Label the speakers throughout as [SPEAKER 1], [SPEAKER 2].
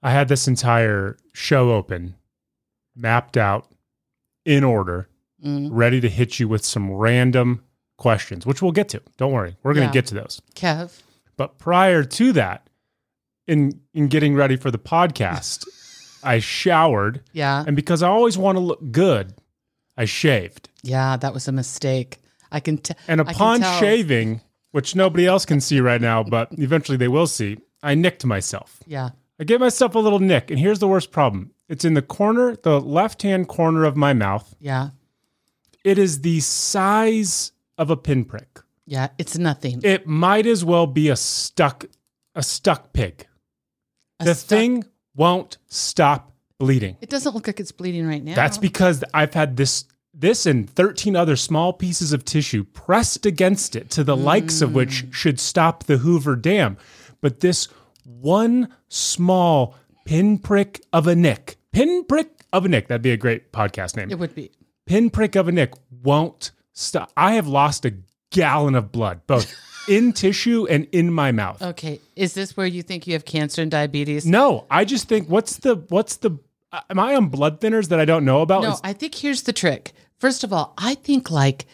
[SPEAKER 1] I had this entire show open, mapped out in order,
[SPEAKER 2] Mm.
[SPEAKER 1] ready to hit you with some random questions, which we'll get to. Don't worry, we're going to
[SPEAKER 2] Yeah.
[SPEAKER 1] get to those.
[SPEAKER 2] Kev.
[SPEAKER 1] But prior to that, in in getting ready for the podcast, I showered,
[SPEAKER 2] Yeah.
[SPEAKER 1] and because I always want to look good, I shaved.
[SPEAKER 2] Yeah. That was a mistake. I can tell.
[SPEAKER 1] And
[SPEAKER 2] I can
[SPEAKER 1] upon
[SPEAKER 2] tell.
[SPEAKER 1] shaving, which nobody else can see right now, but eventually they will see, I nicked myself.
[SPEAKER 2] Yeah.
[SPEAKER 1] I gave myself a little nick, and here's the worst problem. It's in the corner, the left-hand corner of my mouth.
[SPEAKER 2] Yeah.
[SPEAKER 1] It is the size of a pinprick.
[SPEAKER 2] Yeah. It's nothing.
[SPEAKER 1] It might as well be a stuck a stuck pig.
[SPEAKER 2] A
[SPEAKER 1] the
[SPEAKER 2] stuck-
[SPEAKER 1] thing won't stop bleeding.
[SPEAKER 2] It doesn't look like it's bleeding right now.
[SPEAKER 1] That's because I've had this this and 13 other small pieces of tissue pressed against it to the likes of which
[SPEAKER 2] Mm.
[SPEAKER 1] should stop the Hoover Dam. But this one small pinprick of a nick, pinprick of a nick, that'd be a great podcast name.
[SPEAKER 2] It would be.
[SPEAKER 1] pinprick of a nick won't stop. I have lost a gallon of blood, both in tissue and in my mouth.
[SPEAKER 2] Okay. Is this where you think you have cancer and diabetes?
[SPEAKER 1] No, I just think what's the what's the am I on blood thinners that I don't know about?
[SPEAKER 2] No,
[SPEAKER 1] Is-
[SPEAKER 2] I think here's the trick. First of all, I think like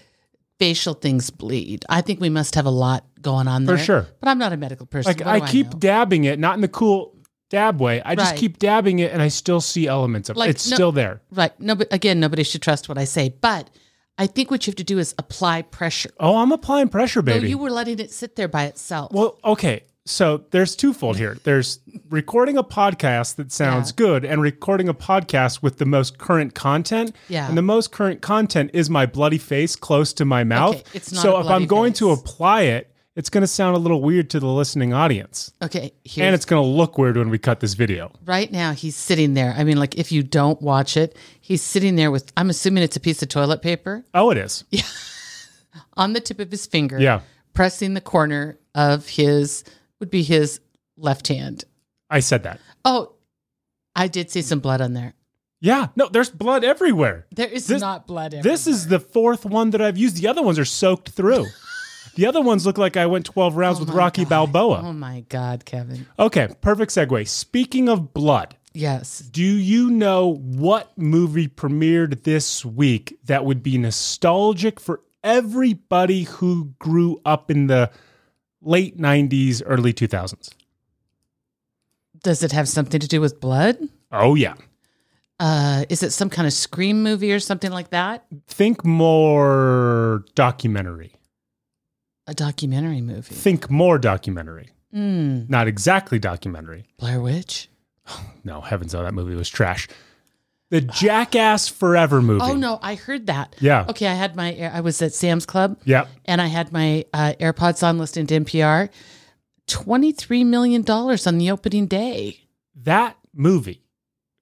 [SPEAKER 2] facial things bleed. I think we must have a lot going on
[SPEAKER 1] For
[SPEAKER 2] there.
[SPEAKER 1] sure.
[SPEAKER 2] But I'm not a medical person.
[SPEAKER 1] like
[SPEAKER 2] What
[SPEAKER 1] I
[SPEAKER 2] do
[SPEAKER 1] keep
[SPEAKER 2] know?
[SPEAKER 1] dabbing it, not in the cool dab way. I just
[SPEAKER 2] Right.
[SPEAKER 1] keep dabbing it, and I still see elements of it.
[SPEAKER 2] Like,
[SPEAKER 1] It's
[SPEAKER 2] no-
[SPEAKER 1] still there.
[SPEAKER 2] right. No, but again, nobody should trust what I say. But I think what you have to do is apply pressure.
[SPEAKER 1] Oh, I'm applying pressure,
[SPEAKER 2] So
[SPEAKER 1] baby.
[SPEAKER 2] you were letting it sit there by itself.
[SPEAKER 1] well, okay. So there's twofold here. There's recording a podcast that sounds good and recording a podcast with the most current content.
[SPEAKER 2] Yeah.
[SPEAKER 1] And the most current content is my bloody face close to my mouth.
[SPEAKER 2] it's not
[SPEAKER 1] so
[SPEAKER 2] a
[SPEAKER 1] if I'm
[SPEAKER 2] bloody
[SPEAKER 1] going to
[SPEAKER 2] face.
[SPEAKER 1] apply it, it's going to sound a little weird to the listening audience.
[SPEAKER 2] okay. Here's,
[SPEAKER 1] And it's going to look weird when we cut this video.
[SPEAKER 2] right now he's sitting there. I mean, like if you don't watch it, he's sitting there with I'm assuming it's a piece of toilet paper
[SPEAKER 1] Oh, it is.
[SPEAKER 2] on the tip of his finger.
[SPEAKER 1] Yeah.
[SPEAKER 2] Pressing the corner of his would be his left hand.
[SPEAKER 1] I said that.
[SPEAKER 2] Oh, I did see some blood on there.
[SPEAKER 1] Yeah. No, there's blood everywhere.
[SPEAKER 2] There is
[SPEAKER 1] This-
[SPEAKER 2] not blood. Everywhere.
[SPEAKER 1] This is the fourth one that I've used. The other ones are soaked through. the other ones look like I went 12 rounds with
[SPEAKER 2] Oh my
[SPEAKER 1] Rocky
[SPEAKER 2] God.
[SPEAKER 1] Balboa.
[SPEAKER 2] Oh my God, Kevin.
[SPEAKER 1] Okay, perfect segue. Speaking of blood,
[SPEAKER 2] Yes.
[SPEAKER 1] do you know what movie premiered this week that would be nostalgic for everybody who grew up in the late 90s, early 2000s?
[SPEAKER 2] Does it have something to do with blood?
[SPEAKER 1] Oh, yeah.
[SPEAKER 2] Uh, is it some kind of scream movie or something like that?
[SPEAKER 1] Think more documentary.
[SPEAKER 2] A documentary movie.
[SPEAKER 1] Think more documentary.
[SPEAKER 2] Hmm.
[SPEAKER 1] Not exactly documentary.
[SPEAKER 2] Blair Witch.
[SPEAKER 1] No, heavens, oh, that movie was trash. The Jackass Forever movie.
[SPEAKER 2] Oh no, I heard that.
[SPEAKER 1] Yeah.
[SPEAKER 2] Okay, I had my Air- I was at Sam's Club
[SPEAKER 1] Yep.
[SPEAKER 2] and I had my uh, AirPods on listening to NPR. Twenty three million dollars on the opening day.
[SPEAKER 1] That movie,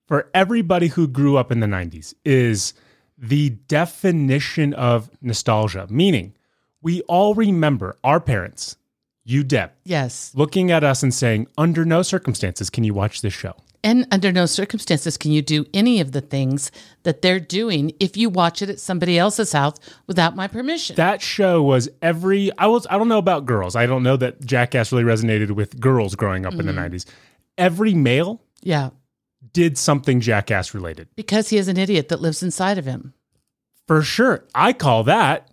[SPEAKER 1] for everybody who grew up in the 90s, is the definition of nostalgia, meaning we all remember our parents, you, Deb,
[SPEAKER 2] Yes,
[SPEAKER 1] looking at us and saying, under no circumstances can you watch this show.
[SPEAKER 2] and under no circumstances can you do any of the things that they're doing if you watch it at somebody else's house without my permission.
[SPEAKER 1] That show was every I was I don't know about girls. I don't know that Jackass really resonated with girls growing up
[SPEAKER 2] Mm-hmm.
[SPEAKER 1] in the 90s. Every male
[SPEAKER 2] yeah,
[SPEAKER 1] did something Jackass related.
[SPEAKER 2] because he is an idiot that lives inside of him.
[SPEAKER 1] For sure. I call that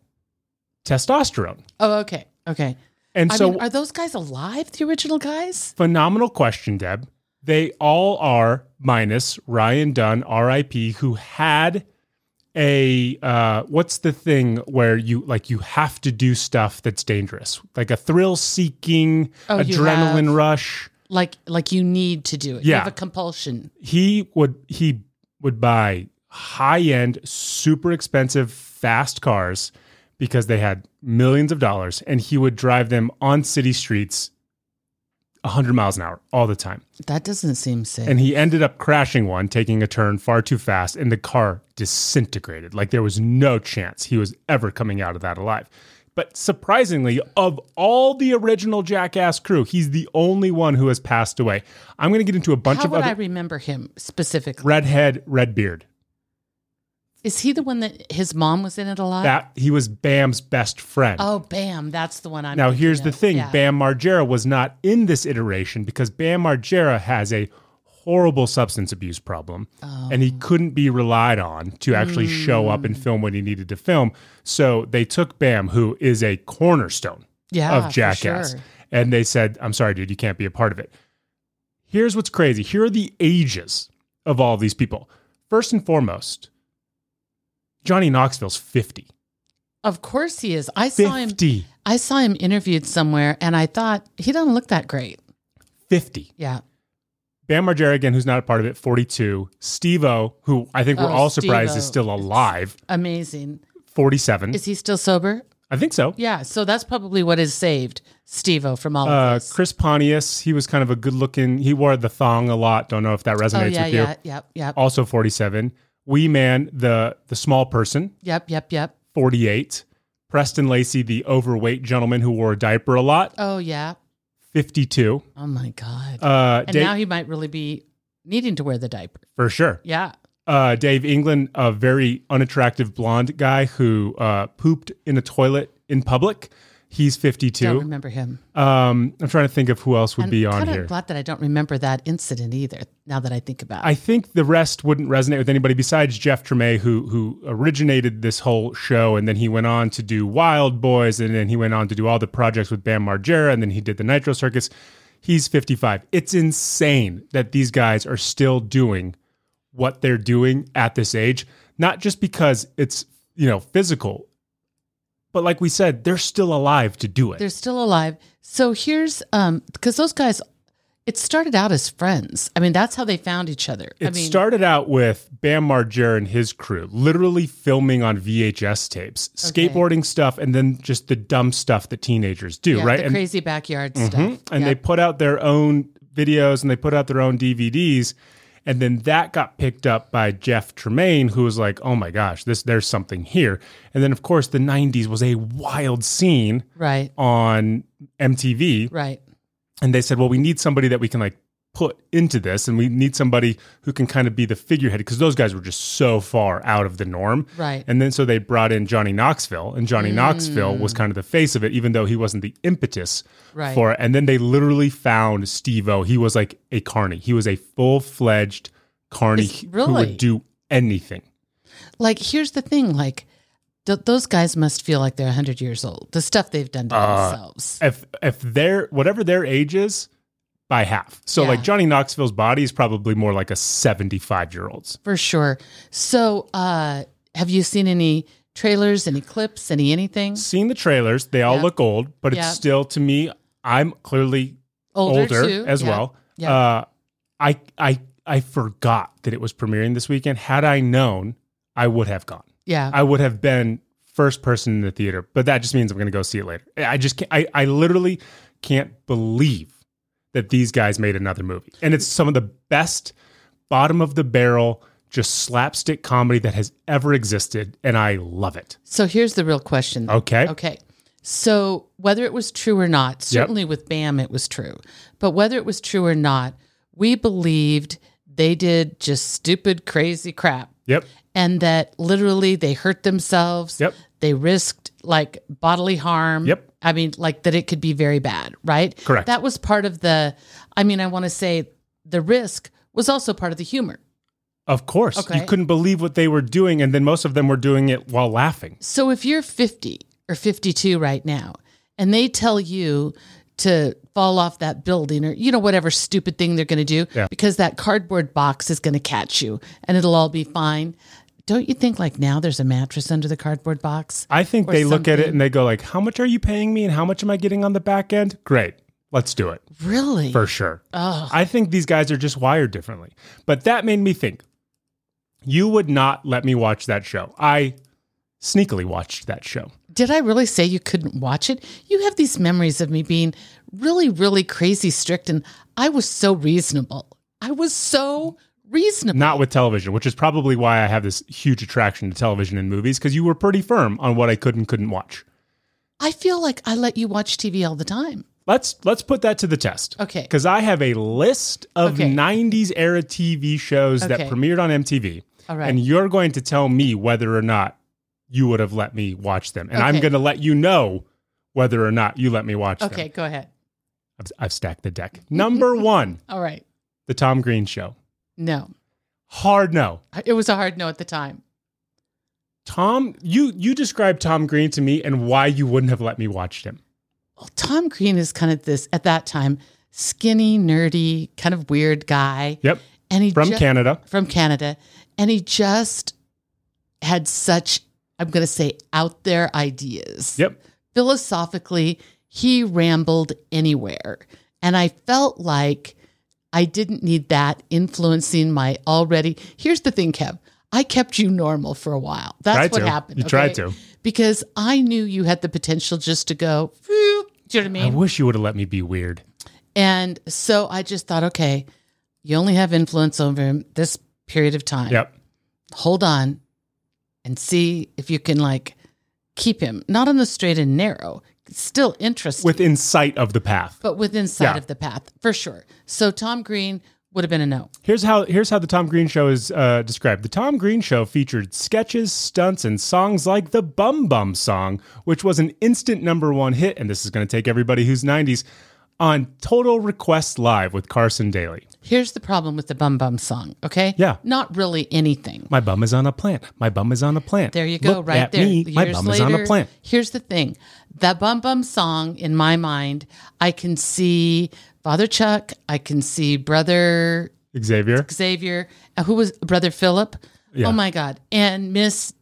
[SPEAKER 1] testosterone.
[SPEAKER 2] Oh, okay, okay.
[SPEAKER 1] And
[SPEAKER 2] I
[SPEAKER 1] so,
[SPEAKER 2] mean, are those guys alive? The original guys?
[SPEAKER 1] phenomenal question, Deb. They all are minus Ryan Dunn, RIP, who had a uh, what's the thing where you like you have to do stuff that's dangerous, like a thrill seeking
[SPEAKER 2] Oh, you
[SPEAKER 1] adrenaline
[SPEAKER 2] have-
[SPEAKER 1] rush.
[SPEAKER 2] Like, like you need to do it. You
[SPEAKER 1] Yeah.
[SPEAKER 2] have a compulsion.
[SPEAKER 1] He would he would buy high end, super expensive, fast cars because they had millions of dollars, and he would drive them on city streets. 100 miles an hour all the time.
[SPEAKER 2] That doesn't seem safe.
[SPEAKER 1] And he ended up crashing one, taking a turn far too fast, and the car disintegrated. Like there was no chance he was ever coming out of that alive. But surprisingly, of all the original Jackass crew, he's the only one who has passed away. I'm going to get into a bunch
[SPEAKER 2] How
[SPEAKER 1] of
[SPEAKER 2] would
[SPEAKER 1] other
[SPEAKER 2] I remember him specifically?
[SPEAKER 1] redhead, red beard.
[SPEAKER 2] Is he the one that his mom was in it a lot?
[SPEAKER 1] That he was Bam's best friend.
[SPEAKER 2] Uh-huh. oh, bam! That's the one I'm.
[SPEAKER 1] now here's
[SPEAKER 2] thinking
[SPEAKER 1] the
[SPEAKER 2] of.
[SPEAKER 1] thing:
[SPEAKER 2] Yeah.
[SPEAKER 1] Bam Margera was not in this iteration because Bam Margera has a horrible substance abuse problem and
[SPEAKER 2] Oh.
[SPEAKER 1] he couldn't be relied on to actually show up
[SPEAKER 2] Hmm.
[SPEAKER 1] and film what he needed to film. So they took Bam, who is a cornerstone
[SPEAKER 2] Yeah,
[SPEAKER 1] of
[SPEAKER 2] for
[SPEAKER 1] Jackass.
[SPEAKER 2] sure.
[SPEAKER 1] And they said, I'm sorry, dude, you can't be a part of it. Here's what's crazy. Here are the ages of all these people. First and foremost, Johnny Knoxville's 50.
[SPEAKER 2] Of course he is. I saw him.
[SPEAKER 1] 50.
[SPEAKER 2] I saw him interviewed somewhere, and I thought he doesn't look that great.
[SPEAKER 1] 50.
[SPEAKER 2] Yeah,
[SPEAKER 1] Bam Margera, again, who's not a part of it, 42. Steve O, who I think we're
[SPEAKER 2] Oh,
[SPEAKER 1] all surprised is
[SPEAKER 2] Steve-O.
[SPEAKER 1] still alive,
[SPEAKER 2] amazing.
[SPEAKER 1] 47.
[SPEAKER 2] Is he still sober?
[SPEAKER 1] I think so.
[SPEAKER 2] Yeah. So that's probably what has saved Steve-O from all of
[SPEAKER 1] Uh,
[SPEAKER 2] this.
[SPEAKER 1] Chris Pontius, he was kind of a good looking, he wore the thong a lot. Don't know if that
[SPEAKER 2] Oh
[SPEAKER 1] resonates
[SPEAKER 2] yeah,
[SPEAKER 1] with you.
[SPEAKER 2] yeah, yep, yep,
[SPEAKER 1] Also 47. Wee Man, the, the small person,
[SPEAKER 2] yep, yep, yep.
[SPEAKER 1] 48. Preston Lacey, the overweight gentleman who wore a diaper a lot,
[SPEAKER 2] Oh yeah.
[SPEAKER 1] 52.
[SPEAKER 2] Oh my god.
[SPEAKER 1] Uh,
[SPEAKER 2] and
[SPEAKER 1] Dave,
[SPEAKER 2] now he might really be needing to wear the diaper.
[SPEAKER 1] for sure.
[SPEAKER 2] Yeah.
[SPEAKER 1] Uh, Dave England, a very unattractive blonde guy who uh, pooped in a toilet in public. He's
[SPEAKER 2] Don't
[SPEAKER 1] 52.
[SPEAKER 2] remember him.
[SPEAKER 1] Um, I'm trying to think of who else would be on
[SPEAKER 2] kind
[SPEAKER 1] here.
[SPEAKER 2] of glad that I don't remember that incident either. Now that I think about it,
[SPEAKER 1] I think the rest wouldn't resonate with anybody besides Jeff Tremay, who who originated this whole show, and then he went on to do Wild Boys, and then he went on to do all the projects with Bam Margera, and then he did the Nitro Circus. He's 55. It's insane that these guys are still doing what they're doing at this age, not just because it's you know physical, but like we said, they're still alive to do it.
[SPEAKER 2] they're still alive. So here's um because those guys, it started out as friends. I mean, that's how they found each other.
[SPEAKER 1] It
[SPEAKER 2] I mean,
[SPEAKER 1] started out with Bam Margera and his crew literally filming on VHS tapes,
[SPEAKER 2] Okay.
[SPEAKER 1] skateboarding stuff, and then just the dumb stuff that teenagers do,
[SPEAKER 2] yeah,
[SPEAKER 1] right?
[SPEAKER 2] the
[SPEAKER 1] and
[SPEAKER 2] crazy backyard
[SPEAKER 1] mhm,
[SPEAKER 2] stuff.
[SPEAKER 1] and they put out their own videos and they put out their own DVDs. And then that got picked up by Jeff Tremaine, who was like, "Oh my gosh, this there's something here." And then, of course, the '90s was a wild scene
[SPEAKER 2] Right.
[SPEAKER 1] on MTV
[SPEAKER 2] Right.
[SPEAKER 1] and they said, well, we need somebody that we can like put into this, and we need somebody who can kind of be the figurehead because those guys were just so far out of the norm.
[SPEAKER 2] Right. Mm.
[SPEAKER 1] And then so they brought in Johnny Knoxville, and Johnny Knoxville was kind of the face of it, even though he wasn't the impetus
[SPEAKER 2] Right.
[SPEAKER 1] for it. And then they literally found Steve O. He was like a carny. He was a full fledged carny
[SPEAKER 2] It's-
[SPEAKER 1] who
[SPEAKER 2] really?
[SPEAKER 1] would do anything.
[SPEAKER 2] Like here's the thing. Like th- those guys must feel like they're hundred years old. The stuff they've done
[SPEAKER 1] Uh,
[SPEAKER 2] to themselves.
[SPEAKER 1] if if their whatever their age is by half. So
[SPEAKER 2] Yeah.
[SPEAKER 1] like Johnny Knoxville's body is probably more like a 75 year old's.
[SPEAKER 2] For sure. So, uh, have you seen any trailers, any clips, any anything?
[SPEAKER 1] seen the trailers. They all
[SPEAKER 2] Yeah.
[SPEAKER 1] look old, but
[SPEAKER 2] Yeah.
[SPEAKER 1] it's still to me. I'm clearly older, as
[SPEAKER 2] yeah.
[SPEAKER 1] well.
[SPEAKER 2] Yeah.
[SPEAKER 1] Uh, I I I forgot that it was premiering this weekend. Had I known, I would have gone.
[SPEAKER 2] yeah.
[SPEAKER 1] I would have been first person in the theater. But that just means I'm going to go see it later. I just can't, I I literally can't believe that these guys made another movie, and it's some of the best bottom of the barrel. Just slapstick comedy that has ever existed, and I love it.
[SPEAKER 2] so here's the real question.
[SPEAKER 1] Okay.
[SPEAKER 2] Okay. So whether it was true or not, certainly with Bam it was true. But whether it was true or not, we believed they did just stupid, crazy crap.
[SPEAKER 1] Yep.
[SPEAKER 2] And that literally they hurt themselves.
[SPEAKER 1] Yep.
[SPEAKER 2] They risked like bodily harm.
[SPEAKER 1] Yep.
[SPEAKER 2] I mean, like that it could be very bad, right?
[SPEAKER 1] Correct.
[SPEAKER 2] That was part of the, I mean, I want to say the risk was also part of the humor.
[SPEAKER 1] Of course.
[SPEAKER 2] Okay.
[SPEAKER 1] You couldn't believe what they were doing. And then most of them were doing it while laughing.
[SPEAKER 2] So if you're 50 or 52 right now and they tell you to fall off that building or you know whatever stupid thing they're going to do
[SPEAKER 1] Yeah.
[SPEAKER 2] because that cardboard box is going to catch you and it'll all be fine. Don't you think like now there's a mattress under the cardboard box?
[SPEAKER 1] I think they look at it and they go like, how much are you paying me and how much am I getting on the back end? Great. Let's do it
[SPEAKER 2] Really?
[SPEAKER 1] for sure. I think these guys are just wired differently. But that made me think you would not let me watch that show. I sneakily watched that show.
[SPEAKER 2] Did I really say you couldn't watch it? You have these memories of me being really really crazy strict and I was so reasonable. I was so reasonable.
[SPEAKER 1] Not with television, which is probably why I have this huge attraction to television and movies because you were pretty firm on what I could and couldn't watch.
[SPEAKER 2] I feel like I let you watch TV all the time.
[SPEAKER 1] Let's let's put that to the test.
[SPEAKER 2] Okay.
[SPEAKER 1] Because I have a list of
[SPEAKER 2] Okay.
[SPEAKER 1] 90s era TV shows
[SPEAKER 2] Okay.
[SPEAKER 1] that premiered on MTV.
[SPEAKER 2] All right.
[SPEAKER 1] And you're going to tell me whether or not you would have let me watch them. And I'm
[SPEAKER 2] Okay.
[SPEAKER 1] going to let you know whether or not you let me watch them.
[SPEAKER 2] Okay, go ahead.
[SPEAKER 1] I've, I've stacked the deck. Number one,
[SPEAKER 2] All right.
[SPEAKER 1] The Tom Green Show.
[SPEAKER 2] No,
[SPEAKER 1] Hard no.
[SPEAKER 2] it was a hard no at the time.
[SPEAKER 1] Tom, you you described Tom Green to me and why you wouldn't have let me watch him.
[SPEAKER 2] Well, Tom Green is kind of this at that time skinny, nerdy, kind of weird guy.
[SPEAKER 1] Yep.
[SPEAKER 2] And he
[SPEAKER 1] From
[SPEAKER 2] ju-
[SPEAKER 1] Canada.
[SPEAKER 2] from Canada, and he just had such I'm going to say out there ideas.
[SPEAKER 1] Yep.
[SPEAKER 2] Philosophically, he rambled anywhere, and I felt like I didn't need that influencing my already. Here's the thing, Kev. I kept you normal for a while. That's
[SPEAKER 1] Tried
[SPEAKER 2] what
[SPEAKER 1] to.
[SPEAKER 2] happened.
[SPEAKER 1] You tried to.
[SPEAKER 2] because I knew you had the potential just to go. "Phew." Do you know what I
[SPEAKER 1] I
[SPEAKER 2] mean?
[SPEAKER 1] wish you would have let me be weird.
[SPEAKER 2] And so I just thought, okay, you only have influence over him this period of time.
[SPEAKER 1] Yep.
[SPEAKER 2] Hold on and see if you can like keep him not on the straight and narrow, still interested,
[SPEAKER 1] Within sight of the path.
[SPEAKER 2] but within sight
[SPEAKER 1] Yeah.
[SPEAKER 2] of the path for sure. So Tom Green would have been a no.
[SPEAKER 1] Here's how here's how the Tom Green show is uh, described. The Tom Green show featured sketches, stunts, and songs like the Bum Bum song, which was an instant number one hit, and this is going to take everybody who's 90s on Total Request Live with Carson Daly.
[SPEAKER 2] Here's the problem with the Bum Bum song, okay?
[SPEAKER 1] Yeah.
[SPEAKER 2] Not really anything.
[SPEAKER 1] My bum is on a plant. My bum is on a plant.
[SPEAKER 2] There you go,
[SPEAKER 1] Look
[SPEAKER 2] right
[SPEAKER 1] at
[SPEAKER 2] there.
[SPEAKER 1] Me. My bum is on a plant.
[SPEAKER 2] Here's the thing: that bum bum song in my mind, I can see Father Chuck, I can see Brother
[SPEAKER 1] Xavier.
[SPEAKER 2] Xavier, uh, who was Brother Philip.
[SPEAKER 1] Yeah.
[SPEAKER 2] Oh my God, and Miss.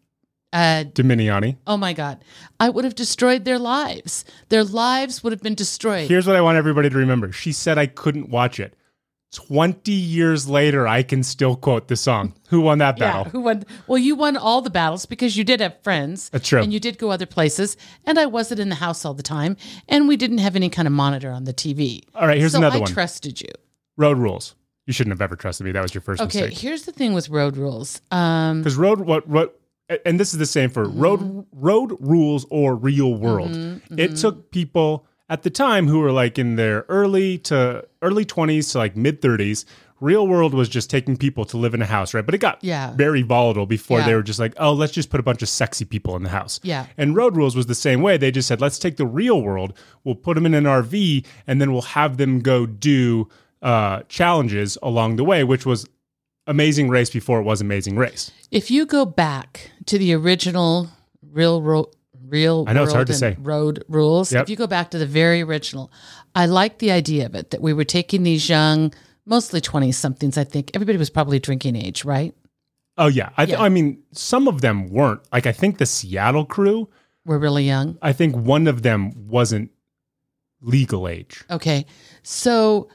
[SPEAKER 2] Uh,
[SPEAKER 1] Dominiani.
[SPEAKER 2] oh my God, I would have destroyed their lives. Their lives would have been destroyed.
[SPEAKER 1] Here's what I want everybody to remember. She said I couldn't watch it. 20 years later, I can still quote the song. Who won that
[SPEAKER 2] yeah,
[SPEAKER 1] battle?
[SPEAKER 2] who won? Well, you won all the battles because you did have friends.
[SPEAKER 1] That's true.
[SPEAKER 2] And you did go other places. And I wasn't in the house all the time. And we didn't have any kind of monitor on the TV.
[SPEAKER 1] All right, here's
[SPEAKER 2] so
[SPEAKER 1] another
[SPEAKER 2] I
[SPEAKER 1] one.
[SPEAKER 2] trusted you.
[SPEAKER 1] road rules. You shouldn't have ever trusted me. That was your first
[SPEAKER 2] Okay,
[SPEAKER 1] mistake.
[SPEAKER 2] here's the thing with road rules. Um,
[SPEAKER 1] Because road what what and this is the same
[SPEAKER 2] Mm-hmm.
[SPEAKER 1] for road road rules or real world. It took people at the time who were like in their early to early twenties to like mid thirties. Real world was just taking people to live in a house, right? But it got
[SPEAKER 2] Yeah.
[SPEAKER 1] very volatile before
[SPEAKER 2] Yeah.
[SPEAKER 1] they were just like, oh, let's just put a bunch of sexy people in the house.
[SPEAKER 2] Yeah.
[SPEAKER 1] And Road Rules was the same way. They just said, let's take the real world, we'll put them in an RV, and then we'll have them go do uh, challenges along the way, which was Amazing Race before it was Amazing Race.
[SPEAKER 2] if you go back to the original real ro- real
[SPEAKER 1] I know, it's
[SPEAKER 2] world
[SPEAKER 1] hard to
[SPEAKER 2] and
[SPEAKER 1] say.
[SPEAKER 2] road rules,
[SPEAKER 1] Yep.
[SPEAKER 2] if you go back to the very original, I like the idea of it that we were taking these young, mostly twenty somethings. I think everybody was probably drinking age, right?
[SPEAKER 1] Oh yeah, I, th-
[SPEAKER 2] Yeah.
[SPEAKER 1] I mean, some of them weren't. Like I think the Seattle crew.
[SPEAKER 2] We're really young.
[SPEAKER 1] I think one of them wasn't legal age.
[SPEAKER 2] Okay. So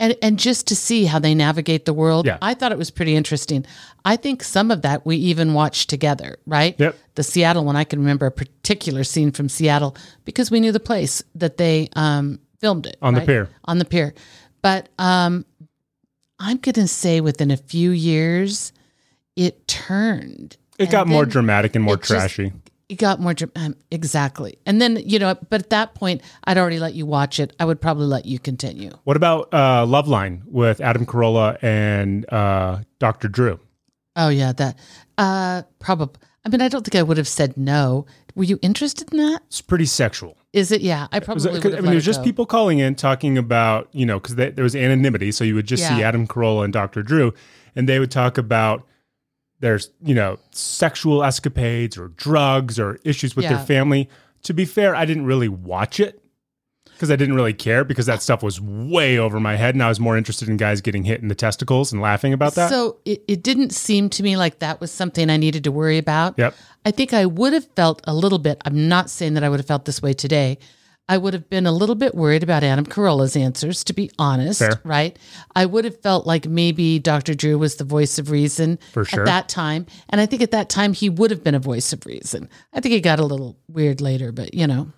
[SPEAKER 2] and and just to see how they navigate the world,
[SPEAKER 1] Yeah.
[SPEAKER 2] I thought it was pretty interesting. I think some of that we even watched together, right?
[SPEAKER 1] Yep.
[SPEAKER 2] The Seattle one, I can remember a particular scene from Seattle because we knew the place that they um, filmed it
[SPEAKER 1] On the
[SPEAKER 2] right?
[SPEAKER 1] pier.
[SPEAKER 2] On the pier, but um, I'm going to say within a few years, it turned.
[SPEAKER 1] It
[SPEAKER 2] And
[SPEAKER 1] got more
[SPEAKER 2] then-
[SPEAKER 1] dramatic and more
[SPEAKER 2] it just-
[SPEAKER 1] trashy.
[SPEAKER 2] it got more dr- um, exactly and then you know but at that point i'd already let you watch it i would probably let you continue
[SPEAKER 1] what about uh, Loveline with Adam Carolla and uh, Dr. Drew?
[SPEAKER 2] oh yeah that uh probably i mean i don't think i would have said no were you interested in that
[SPEAKER 1] It's pretty sexual.
[SPEAKER 2] is it yeah i
[SPEAKER 1] Was
[SPEAKER 2] probably
[SPEAKER 1] it-
[SPEAKER 2] would
[SPEAKER 1] 'cause,
[SPEAKER 2] have
[SPEAKER 1] I
[SPEAKER 2] let
[SPEAKER 1] mean, it was
[SPEAKER 2] it
[SPEAKER 1] just
[SPEAKER 2] go.
[SPEAKER 1] people calling in talking about, you know, because there was anonymity. So you would just see
[SPEAKER 2] Yeah.
[SPEAKER 1] Adam Carolla and Dr. Drew, and they would talk about their, you know, sexual escapades or drugs or issues with their
[SPEAKER 2] Yeah.
[SPEAKER 1] family. To be fair, I didn't really watch it because I didn't really care because that stuff was way over my head. And I was more interested in guys getting hit in the testicles and laughing about that.
[SPEAKER 2] so it, it didn't seem to me like that was something i needed to worry about
[SPEAKER 1] Yep.
[SPEAKER 2] i think i would have felt a little bit i'm not saying that i would have felt this way today i would have been a little bit worried about adam carolla's answers to be honest
[SPEAKER 1] Fair.
[SPEAKER 2] right i would have felt like maybe dr drew was the voice of reason
[SPEAKER 1] For sure.
[SPEAKER 2] at that time and i think at that time he would have been a voice of reason i think it got a little weird later but you know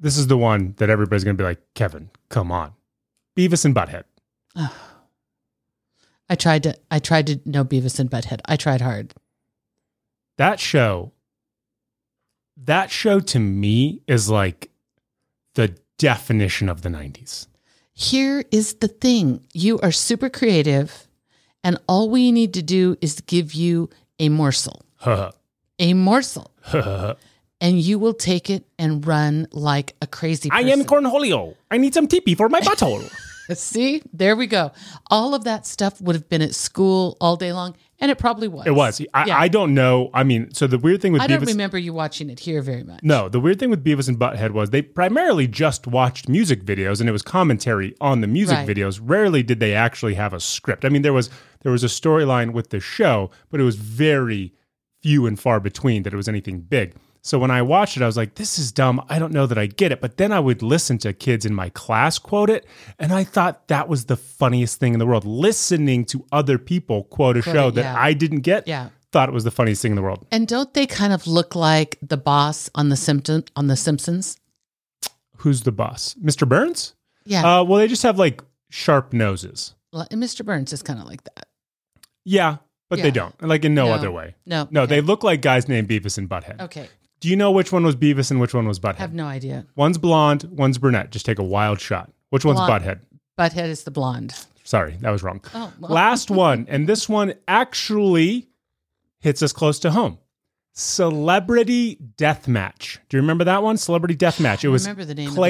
[SPEAKER 1] this is the one that everybody's going to be like, Kevin, come on. Beavis and Butthead.
[SPEAKER 2] i tried to i tried to know beavis and butthead i tried hard
[SPEAKER 1] that show that show to me is like the definition of the 90s
[SPEAKER 2] Here is the thing you are super creative, and all we need to do is give you a morsel, a morsel,
[SPEAKER 1] i
[SPEAKER 2] and you will take it and run like a crazy person.
[SPEAKER 1] am cornholio i need some tippy for my butthole
[SPEAKER 2] See, there we go. All of that stuff would have been at school all day long, and it probably was.
[SPEAKER 1] It was. I,
[SPEAKER 2] Yeah.
[SPEAKER 1] I don't know. I mean, so the weird thing with
[SPEAKER 2] I
[SPEAKER 1] Beavis.
[SPEAKER 2] don't remember you watching it here very much.
[SPEAKER 1] No, the weird thing with Beavis and Butthead was they primarily just watched music videos and it was commentary on the music
[SPEAKER 2] Right.
[SPEAKER 1] videos. Rarely did they actually have a script. I mean, there was there was a storyline with the show, but it was very few and far between that it was anything big. So when I watched it, I was like, this is dumb. I don't know that I get it. But then I would listen to kids in my class quote it, and I thought that was the funniest thing in the world. Listening to other people quote a show
[SPEAKER 2] it,
[SPEAKER 1] that
[SPEAKER 2] yeah.
[SPEAKER 1] I didn't get,
[SPEAKER 2] Yeah.
[SPEAKER 1] thought it was the funniest thing in the world.
[SPEAKER 2] And don't they kind of look like the boss on the Simpson on the Simpsons?
[SPEAKER 1] Who's the boss? Mr. Burns?
[SPEAKER 2] Yeah,
[SPEAKER 1] Uh, well, they just have like sharp noses.
[SPEAKER 2] Well, and Mr. Burns is kind of like that.
[SPEAKER 1] Yeah, but
[SPEAKER 2] Yeah.
[SPEAKER 1] they don't. Like in no,
[SPEAKER 2] No.
[SPEAKER 1] other way.
[SPEAKER 2] No,
[SPEAKER 1] No,
[SPEAKER 2] okay.
[SPEAKER 1] they look like guys named Beavis and Butthead.
[SPEAKER 2] okay.
[SPEAKER 1] Do you know which one was Beavis and which one was Butthead?
[SPEAKER 2] Have no idea.
[SPEAKER 1] one's blonde, one's brunette. Just take a wild shot. Which one's
[SPEAKER 2] Blonde.
[SPEAKER 1] Butthead?
[SPEAKER 2] Butthead is the blonde.
[SPEAKER 1] Sorry, that was wrong.
[SPEAKER 2] Oh, well.
[SPEAKER 1] Last one, and this one actually hits us close to home. Celebrity Deathmatch. Do you remember that one? Celebrity Deathmatch. It was
[SPEAKER 2] remember the name of the show.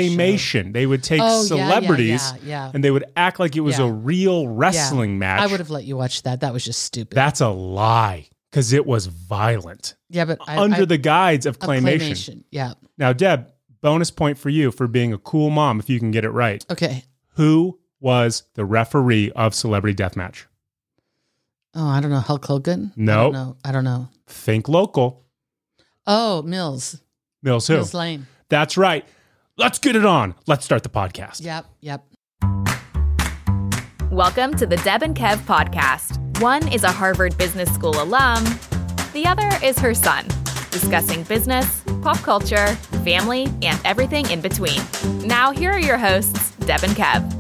[SPEAKER 1] claymation. They would take
[SPEAKER 2] Oh, yeah, yeah,
[SPEAKER 1] celebrities
[SPEAKER 2] yeah, yeah.
[SPEAKER 1] and they would act like it was
[SPEAKER 2] Yeah.
[SPEAKER 1] a real wrestling match.
[SPEAKER 2] I would have let you watch that. That was just stupid.
[SPEAKER 1] That's a lie because it was violent
[SPEAKER 2] yeah, but I,
[SPEAKER 1] under
[SPEAKER 2] I-
[SPEAKER 1] the guise of
[SPEAKER 2] of
[SPEAKER 1] claymation.
[SPEAKER 2] claymation. Yeah.
[SPEAKER 1] Now, Deb, bonus point for you for being a cool mom if you can get it right.
[SPEAKER 2] Okay.
[SPEAKER 1] Who was the referee of Celebrity Deathmatch?
[SPEAKER 2] Oh, I don't know. Hulk Hogan. I
[SPEAKER 1] No.
[SPEAKER 2] don't know. I don't know.
[SPEAKER 1] Think local.
[SPEAKER 2] Oh, Mills.
[SPEAKER 1] Mills who?
[SPEAKER 2] Mills Lane.
[SPEAKER 1] That's right. Let's get it on. Let's start the podcast.
[SPEAKER 2] Yep. Yep.
[SPEAKER 3] Welcome to the Deb and Kev podcast. One is a Harvard Business School alum, the other is her son, discussing business, pop culture, family, and everything in between. Now, here are your hosts, Deb and Kev.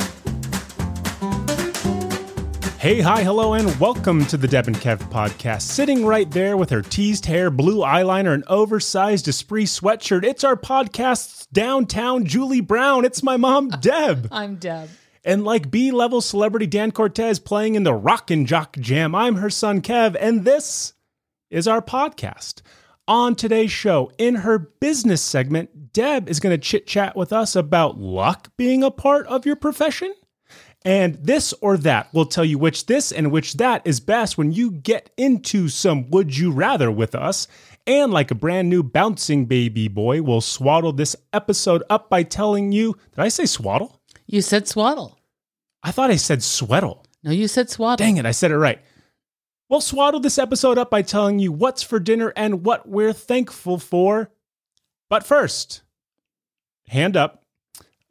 [SPEAKER 1] Hey, hi, hello, and welcome to the Deb and Kev podcast. Sitting right there with her teased hair, blue eyeliner, and oversized Esprit sweatshirt, it's our podcast's downtown Julie Brown. It's my mom, Deb.
[SPEAKER 2] I'm Deb.
[SPEAKER 1] And like B level celebrity Dan Cortez playing in the Rock and Jock Jam, I'm her son Kev, and this is our podcast. On today's show, in her business segment, Deb is going to chit chat with us about luck being a part of your profession. And this or that will tell you which this and which that is best when you get into some would you rather with us. And like a brand new bouncing baby boy, we'll swaddle this episode up by telling you did I say swaddle?
[SPEAKER 2] You said swaddle.
[SPEAKER 1] I thought I said sweatle.
[SPEAKER 2] No, you said swaddle.
[SPEAKER 1] Dang it, I said it right. We'll swaddle this episode up by telling you what's for dinner and what we're thankful for. But first, hand up.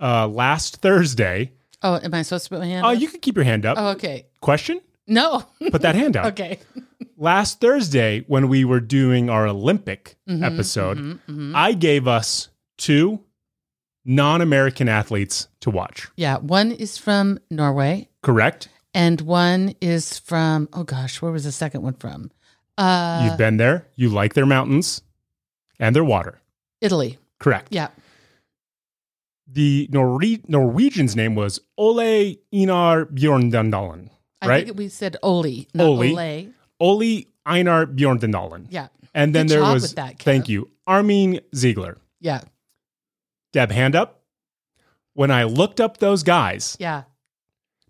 [SPEAKER 1] Uh, last Thursday,
[SPEAKER 2] Oh, am I supposed to put my hand?
[SPEAKER 1] oh,
[SPEAKER 2] up?
[SPEAKER 1] you can keep your hand up.
[SPEAKER 2] Oh, okay.
[SPEAKER 1] Question?
[SPEAKER 2] No.
[SPEAKER 1] Put that hand down.
[SPEAKER 2] okay.
[SPEAKER 1] Last Thursday, when we were doing our Olympic
[SPEAKER 2] Mm-hmm,
[SPEAKER 1] episode, I gave us two non-American athletes to watch.
[SPEAKER 2] Yeah. One is from Norway,
[SPEAKER 1] Correct?
[SPEAKER 2] and one is from. Oh gosh, where was the second one from? Uh,
[SPEAKER 1] You've been there. You like their mountains and their water.
[SPEAKER 2] Italy.
[SPEAKER 1] Correct.
[SPEAKER 2] Yeah.
[SPEAKER 1] the Norwe- Norwegian's name was Ole Einar Bjørndalen,
[SPEAKER 2] I
[SPEAKER 1] right?
[SPEAKER 2] think we said Oli, not
[SPEAKER 1] Oli.
[SPEAKER 2] Ole.
[SPEAKER 1] Ole Einar Bjørndalen.
[SPEAKER 2] Yeah.
[SPEAKER 1] And then
[SPEAKER 2] Good
[SPEAKER 1] there
[SPEAKER 2] job
[SPEAKER 1] was,
[SPEAKER 2] with that, Kev.
[SPEAKER 1] thank you, Armin Ziegler.
[SPEAKER 2] Yeah.
[SPEAKER 1] Deb, hand up. When I looked up those guys
[SPEAKER 2] Yeah.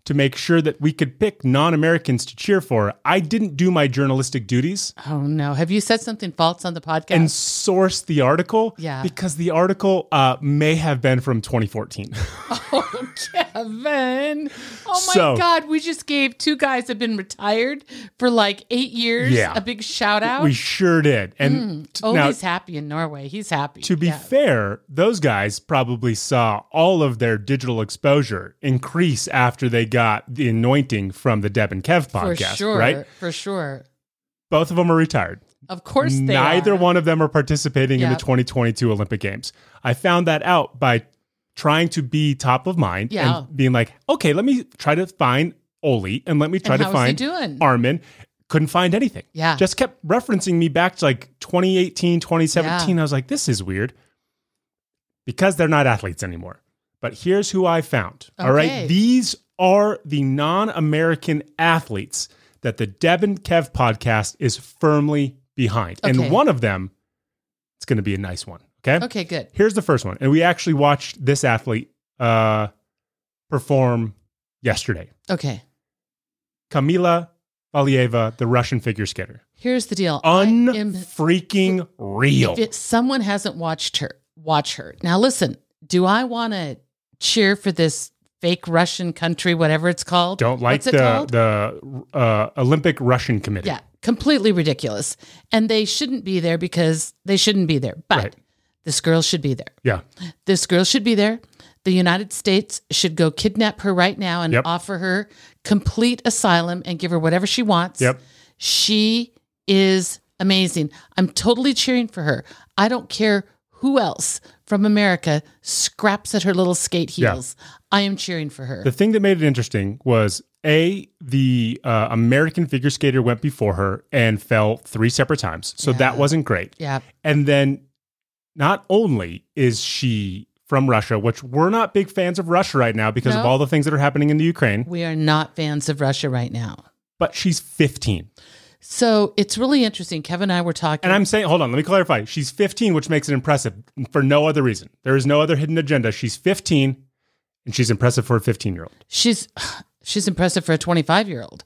[SPEAKER 1] to make sure that we could pick non Americans to cheer for, I didn't do my journalistic duties
[SPEAKER 2] Oh no. Have you said something false on the podcast?
[SPEAKER 1] and source the article
[SPEAKER 2] Uh-huh. Yeah.
[SPEAKER 1] because the article uh, may have been from 2014.
[SPEAKER 2] Oh, Kevin. Oh my
[SPEAKER 1] So-
[SPEAKER 2] God. We just gave two guys that have been retired for like eight years
[SPEAKER 1] Yeah.
[SPEAKER 2] a big shout out.
[SPEAKER 1] we sure did. And t-
[SPEAKER 2] oh,
[SPEAKER 1] now,
[SPEAKER 2] he's happy in Norway. He's happy.
[SPEAKER 1] To be
[SPEAKER 2] Yeah.
[SPEAKER 1] fair, those guys probably saw all of their digital exposure increase after they got the anointing from the Deb and Kev
[SPEAKER 2] for
[SPEAKER 1] podcast,
[SPEAKER 2] sure.
[SPEAKER 1] right?
[SPEAKER 2] For sure.
[SPEAKER 1] Both of them are retired.
[SPEAKER 2] Of course they
[SPEAKER 1] Neither
[SPEAKER 2] are.
[SPEAKER 1] one of them are participating in the
[SPEAKER 2] Yep.
[SPEAKER 1] 2022 Olympic Games. I found that out by trying to be top of mind
[SPEAKER 2] Yeah.
[SPEAKER 1] and being like, okay, let me try to find Oli and let me try
[SPEAKER 2] And
[SPEAKER 1] to
[SPEAKER 2] how's he
[SPEAKER 1] find
[SPEAKER 2] doing?
[SPEAKER 1] Armin. Couldn't find anything.
[SPEAKER 2] Yeah.
[SPEAKER 1] Just kept referencing me back to like 2018, 2017. I was like, this is weird because they're not athletes anymore. But here's who I found. All
[SPEAKER 2] Okay.
[SPEAKER 1] right. These are the non American athletes that the Deb and Kev podcast is firmly behind.
[SPEAKER 2] Okay.
[SPEAKER 1] And one of them, it's going to be a nice one. Okay?
[SPEAKER 2] Okay, good.
[SPEAKER 1] Here's the first one. And we actually watched this athlete uh, perform yesterday.
[SPEAKER 2] Okay.
[SPEAKER 1] Kamila Valieva, the Russian figure skater.
[SPEAKER 2] Here's the deal. I am-
[SPEAKER 1] Unfreaking real.
[SPEAKER 2] if it, someone hasn't watched her, watch her. Now listen, do I want to cheer for this fake Russian country, whatever it's called?
[SPEAKER 1] Don't like
[SPEAKER 2] What's it
[SPEAKER 1] the
[SPEAKER 2] called?
[SPEAKER 1] the uh, Olympic Russian Committee.
[SPEAKER 2] Yeah, completely ridiculous. And they shouldn't be there because they shouldn't be there. But
[SPEAKER 1] Right.
[SPEAKER 2] this girl should be there.
[SPEAKER 1] Yeah.
[SPEAKER 2] This girl should be there. The United States should go kidnap her right now and
[SPEAKER 1] Yep.
[SPEAKER 2] offer her complete asylum and give her whatever she wants.
[SPEAKER 1] Yep.
[SPEAKER 2] She is amazing. I'm totally cheering for her. I don't care who else from America scraps at her little skate
[SPEAKER 1] Yeah.
[SPEAKER 2] heels. I am cheering for her.
[SPEAKER 1] The thing that made it interesting was a the uh, American figure skater went before her and fell three separate times, so that wasn't great.
[SPEAKER 2] yeah.
[SPEAKER 1] And then, not only is she from Russia, which we're not big fans of Russia right now because of
[SPEAKER 2] No.
[SPEAKER 1] all the things that are happening in the Ukraine,
[SPEAKER 2] We are not fans of Russia right now.
[SPEAKER 1] but she's 15.
[SPEAKER 2] So it's really interesting. Kevin and I were talking.
[SPEAKER 1] And I'm saying, hold on, let me clarify. She's 15, which makes it impressive for no other reason. There is no other hidden agenda. She's 15, and she's impressive for a 15 year old.
[SPEAKER 2] she's she's impressive for a 25 year old.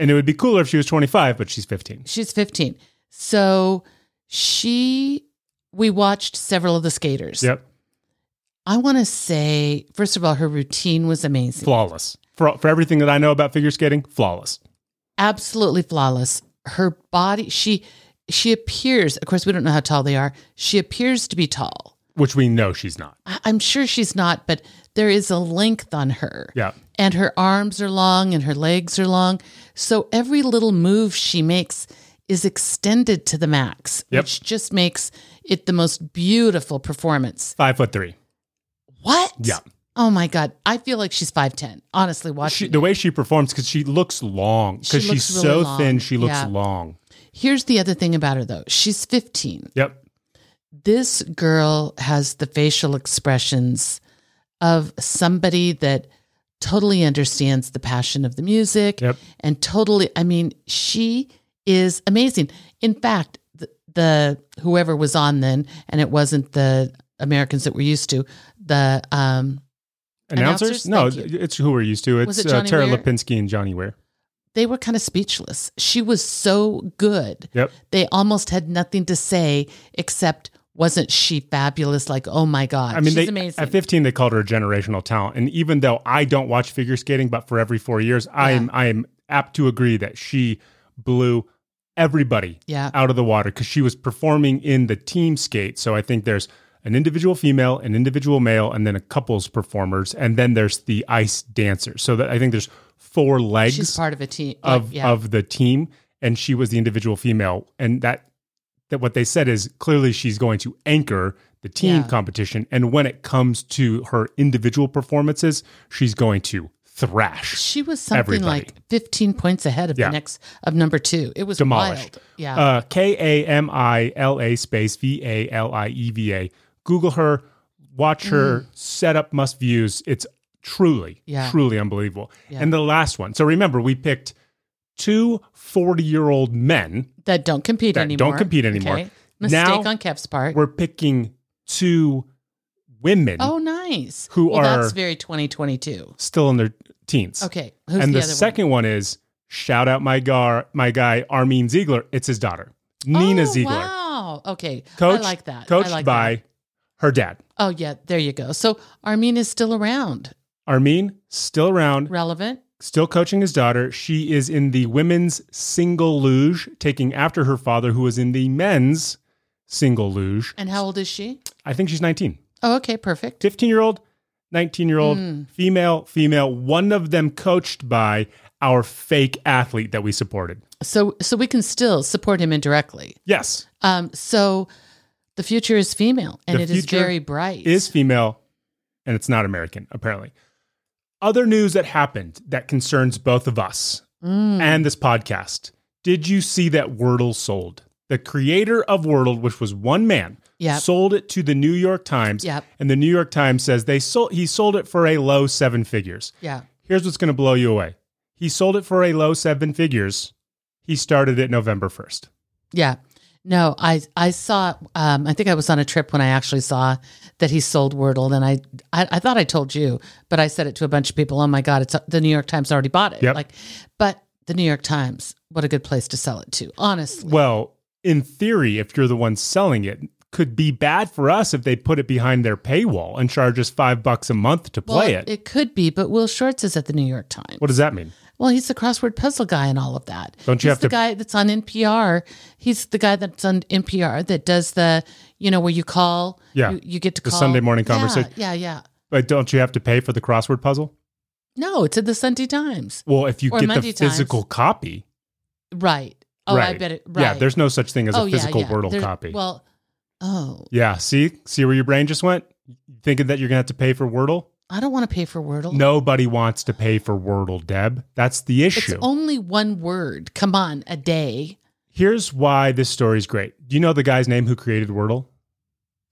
[SPEAKER 1] And it would be cooler if she was 25, but she's 15.
[SPEAKER 2] She's 15. So she we watched several of the skaters.
[SPEAKER 1] Yep.
[SPEAKER 2] I want to say first of all her routine was amazing.
[SPEAKER 1] Flawless. For, for everything that I know about figure skating, flawless.
[SPEAKER 2] Absolutely flawless. Her body she she appears, of course we don't know how tall they are. She appears to be tall.
[SPEAKER 1] Which we know she's not.
[SPEAKER 2] I- I'm sure she's not, but there is a length on her.
[SPEAKER 1] Yeah.
[SPEAKER 2] and her arms are long and her legs are long. So every little move she makes is extended to the max,
[SPEAKER 1] Yep.
[SPEAKER 2] which just makes it the most beautiful performance.
[SPEAKER 1] Five foot three.
[SPEAKER 2] What?
[SPEAKER 1] Yeah.
[SPEAKER 2] Oh my God. I feel like she's 5'10. Honestly,
[SPEAKER 1] She,
[SPEAKER 2] watching.
[SPEAKER 1] the way she performs, because she looks long.
[SPEAKER 2] She
[SPEAKER 1] Because
[SPEAKER 2] looks
[SPEAKER 1] she's so
[SPEAKER 2] really long.
[SPEAKER 1] thin, she looks
[SPEAKER 2] Yeah.
[SPEAKER 1] long.
[SPEAKER 2] Here's the other thing about her, though. She's 15.
[SPEAKER 1] Yep.
[SPEAKER 2] This girl has the facial expressions of somebody that totally understands the passion of the music.
[SPEAKER 1] Yep.
[SPEAKER 2] and totally i mean she is amazing in fact the, the whoever was on then and it wasn't the americans that we're used to the um
[SPEAKER 1] Announcers?
[SPEAKER 2] Announcers,
[SPEAKER 1] No,
[SPEAKER 2] thank
[SPEAKER 1] it's who we're used to.
[SPEAKER 2] Was
[SPEAKER 1] It's
[SPEAKER 2] it
[SPEAKER 1] uh,
[SPEAKER 2] Johnny
[SPEAKER 1] Tara
[SPEAKER 2] Weir?
[SPEAKER 1] Lipinski and Johnny Weir.
[SPEAKER 2] they were kind of speechless she was so good
[SPEAKER 1] Yep.
[SPEAKER 2] they almost had nothing to say except wasn't she fabulous like oh my god
[SPEAKER 1] I mean,
[SPEAKER 2] she's
[SPEAKER 1] they,
[SPEAKER 2] amazing
[SPEAKER 1] at 15, they called her a generational talent. And even though I don't watch figure skating, but for every four years, I am I am apt to agree that she blew everybody
[SPEAKER 2] Yeah.
[SPEAKER 1] out of the water because she was performing in the team skate. So I think there's an individual female, an individual male, and then a couples performers, and then there's the ice dancer. So that I think there's four legs
[SPEAKER 2] she's part of a team like,
[SPEAKER 1] of
[SPEAKER 2] yeah
[SPEAKER 1] of the team, and she was the individual female, and that that what they said is clearly she's going to anchor the team
[SPEAKER 2] Yeah.
[SPEAKER 1] competition, and when it comes to her individual performances, she's going to thrash,
[SPEAKER 2] she was something
[SPEAKER 1] everybody.
[SPEAKER 2] like 15 points ahead of
[SPEAKER 1] Yeah.
[SPEAKER 2] the next of number two it was
[SPEAKER 1] demolish.
[SPEAKER 2] wild yeah
[SPEAKER 1] Uh, K A M I L A space V A L I E V A. Google her, watch her, set up must views. It's truly,
[SPEAKER 2] Mm. Yeah.
[SPEAKER 1] truly unbelievable.
[SPEAKER 2] Yeah.
[SPEAKER 1] And the last one. So remember, we picked two 40 year old men.
[SPEAKER 2] that don't compete
[SPEAKER 1] that
[SPEAKER 2] anymore
[SPEAKER 1] don't compete anymore.
[SPEAKER 2] mistake
[SPEAKER 1] Now-
[SPEAKER 2] on kev's part
[SPEAKER 1] we're picking two women
[SPEAKER 2] Oh, nice.
[SPEAKER 1] Who
[SPEAKER 2] well,
[SPEAKER 1] are-
[SPEAKER 2] that's very 2022.
[SPEAKER 1] still in their teens.
[SPEAKER 2] Okay, who's
[SPEAKER 1] and
[SPEAKER 2] the,
[SPEAKER 1] the,
[SPEAKER 2] other
[SPEAKER 1] second one? is shout out my gar my guy Armin Ziegler. It's his daughter
[SPEAKER 2] one?
[SPEAKER 1] Nina
[SPEAKER 2] oh,
[SPEAKER 1] Ziegler,
[SPEAKER 2] Wow. Okay,
[SPEAKER 1] coached
[SPEAKER 2] I like that.
[SPEAKER 1] coached
[SPEAKER 2] I like
[SPEAKER 1] by
[SPEAKER 2] That.
[SPEAKER 1] her dad.
[SPEAKER 2] Oh yeah, there you go. So Armin is still around,
[SPEAKER 1] Armin still around,
[SPEAKER 2] relevant.
[SPEAKER 1] still coaching his daughter. She is in the women's single luge, taking after her father, who was in the men's single luge.
[SPEAKER 2] And how old is she?
[SPEAKER 1] I think she's 19.
[SPEAKER 2] Oh, okay, perfect.
[SPEAKER 1] 15 year old, 19 year old,
[SPEAKER 2] Hmm.
[SPEAKER 1] female, female, one of them coached by our fake athlete that we supported.
[SPEAKER 2] So so we can still support him indirectly.
[SPEAKER 1] Yes,
[SPEAKER 2] Um, so the future is female, and
[SPEAKER 1] The
[SPEAKER 2] it is
[SPEAKER 1] future
[SPEAKER 2] very bright.
[SPEAKER 1] is female and it's not American, apparently. Other news that happened that concerns both of us
[SPEAKER 2] Hmm.
[SPEAKER 1] and this podcast. Did you see that Wordle sold? The creator of Wordle, which was one man,
[SPEAKER 2] Yep.
[SPEAKER 1] sold it to the New York Times.
[SPEAKER 2] Yep.
[SPEAKER 1] And the New York Times says they sold he sold it for a low seven figures.
[SPEAKER 2] yeah.
[SPEAKER 1] Here's what's going to blow you away. He sold it for a low seven figures. He started it November 1st.
[SPEAKER 2] Yeah. No, I I saw. Um, I think I was on a trip when I actually saw that he sold Wordle, and I, I I thought I told you, but I said it to a bunch of people. Oh my God! It's the New York Times already bought it.
[SPEAKER 1] Yep.
[SPEAKER 2] Like, but the New York Times, what a good place to sell it to. Honestly,
[SPEAKER 1] Well, in theory, if you're the one selling it, could be bad for us if they put it behind their paywall and charge us five bucks a month to play
[SPEAKER 2] Well,
[SPEAKER 1] it.
[SPEAKER 2] It could be, but Will Shortz is at the New York Times.
[SPEAKER 1] What does that mean?
[SPEAKER 2] Well, he's the crossword puzzle guy and all of that.
[SPEAKER 1] Don't you
[SPEAKER 2] he's
[SPEAKER 1] have
[SPEAKER 2] the
[SPEAKER 1] to-
[SPEAKER 2] guy that's on NPR? He's the guy that's on NPR that does the, you know, where you call.
[SPEAKER 1] Yeah.
[SPEAKER 2] You, you get to
[SPEAKER 1] The
[SPEAKER 2] call.
[SPEAKER 1] Sunday morning
[SPEAKER 2] Yeah,
[SPEAKER 1] conversation.
[SPEAKER 2] Yeah, yeah.
[SPEAKER 1] But don't you have to pay for the crossword puzzle?
[SPEAKER 2] No, it's in the Sunday Times.
[SPEAKER 1] Well, if you
[SPEAKER 2] Or
[SPEAKER 1] get
[SPEAKER 2] Monday
[SPEAKER 1] the physical copy,
[SPEAKER 2] Right. Oh,
[SPEAKER 1] right.
[SPEAKER 2] I bet it. Right.
[SPEAKER 1] Yeah, there's no such thing as
[SPEAKER 2] Oh,
[SPEAKER 1] a
[SPEAKER 2] yeah,
[SPEAKER 1] physical
[SPEAKER 2] yeah.
[SPEAKER 1] Wordle
[SPEAKER 2] There-
[SPEAKER 1] copy.
[SPEAKER 2] Well, oh,
[SPEAKER 1] yeah, see? See where your brain just went? Thinking that you're going to have to pay for Wordle?
[SPEAKER 2] I don't want to pay for Wordle.
[SPEAKER 1] Nobody wants to pay for Wordle, Deb. That's the
[SPEAKER 2] It's
[SPEAKER 1] issue.
[SPEAKER 2] only one word. Come on, a day.
[SPEAKER 1] Here's why this story is great. Do you know the guy's name who created Wordle?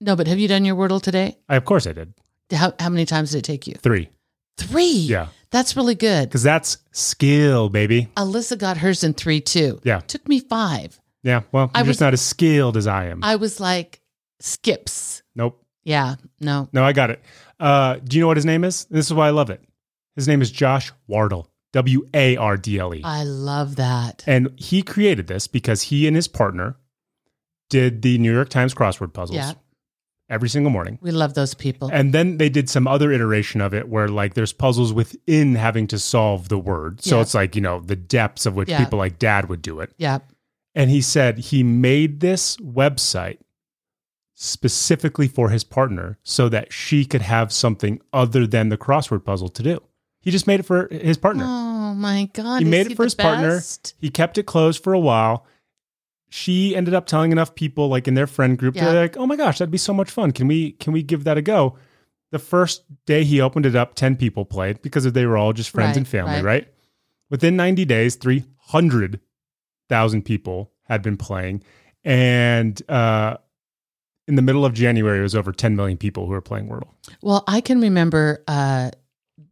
[SPEAKER 2] No, but have you done your Wordle today?
[SPEAKER 1] I, of course I did.
[SPEAKER 2] How, how many times did it take you?
[SPEAKER 1] Three.
[SPEAKER 2] Three.
[SPEAKER 1] Yeah.
[SPEAKER 2] That's really good.
[SPEAKER 1] Because that's skill, baby.
[SPEAKER 2] Alyssa got hers in three too.
[SPEAKER 1] Yeah.
[SPEAKER 2] Took me five.
[SPEAKER 1] Yeah. Well,
[SPEAKER 2] I
[SPEAKER 1] you're
[SPEAKER 2] was-
[SPEAKER 1] just not as skilled as I am.
[SPEAKER 2] I was like, skips.
[SPEAKER 1] nope.
[SPEAKER 2] Yeah. No.
[SPEAKER 1] No, I got it. Uh, do you know what his name is? This is why I love it. His name is Josh Wardle. W A R D L E.
[SPEAKER 2] I love that.
[SPEAKER 1] And he created this because he and his partner did the New York Times crossword puzzles
[SPEAKER 2] Yeah.
[SPEAKER 1] every single morning.
[SPEAKER 2] We love those people.
[SPEAKER 1] And then they did some other iteration of it where like there's puzzles within having to solve the word. So
[SPEAKER 2] Yeah.
[SPEAKER 1] it's like, you know, the depths of which
[SPEAKER 2] Yeah.
[SPEAKER 1] people like dad would do it.
[SPEAKER 2] yeah.
[SPEAKER 1] And he said he made this website specifically for his partner so that she could have something other than the crossword puzzle to do. He just made it for his partner.
[SPEAKER 2] Oh my God.
[SPEAKER 1] he
[SPEAKER 2] is
[SPEAKER 1] made it for
[SPEAKER 2] the
[SPEAKER 1] his partner.
[SPEAKER 2] best?
[SPEAKER 1] He kept it closed for a while. She ended up telling enough people like in their friend group
[SPEAKER 2] Yeah.
[SPEAKER 1] they're like, "Oh my gosh, that'd be so much fun. Can we can we give that a go?" The first day he opened it up, 10 people played because they were all just friends
[SPEAKER 2] Right,
[SPEAKER 1] and family,
[SPEAKER 2] right.
[SPEAKER 1] right? Within 90 days, 300,000 people had been playing and uh in the middle of January, it was over 10 million people who were playing Wordle.
[SPEAKER 2] Well, I can remember uh,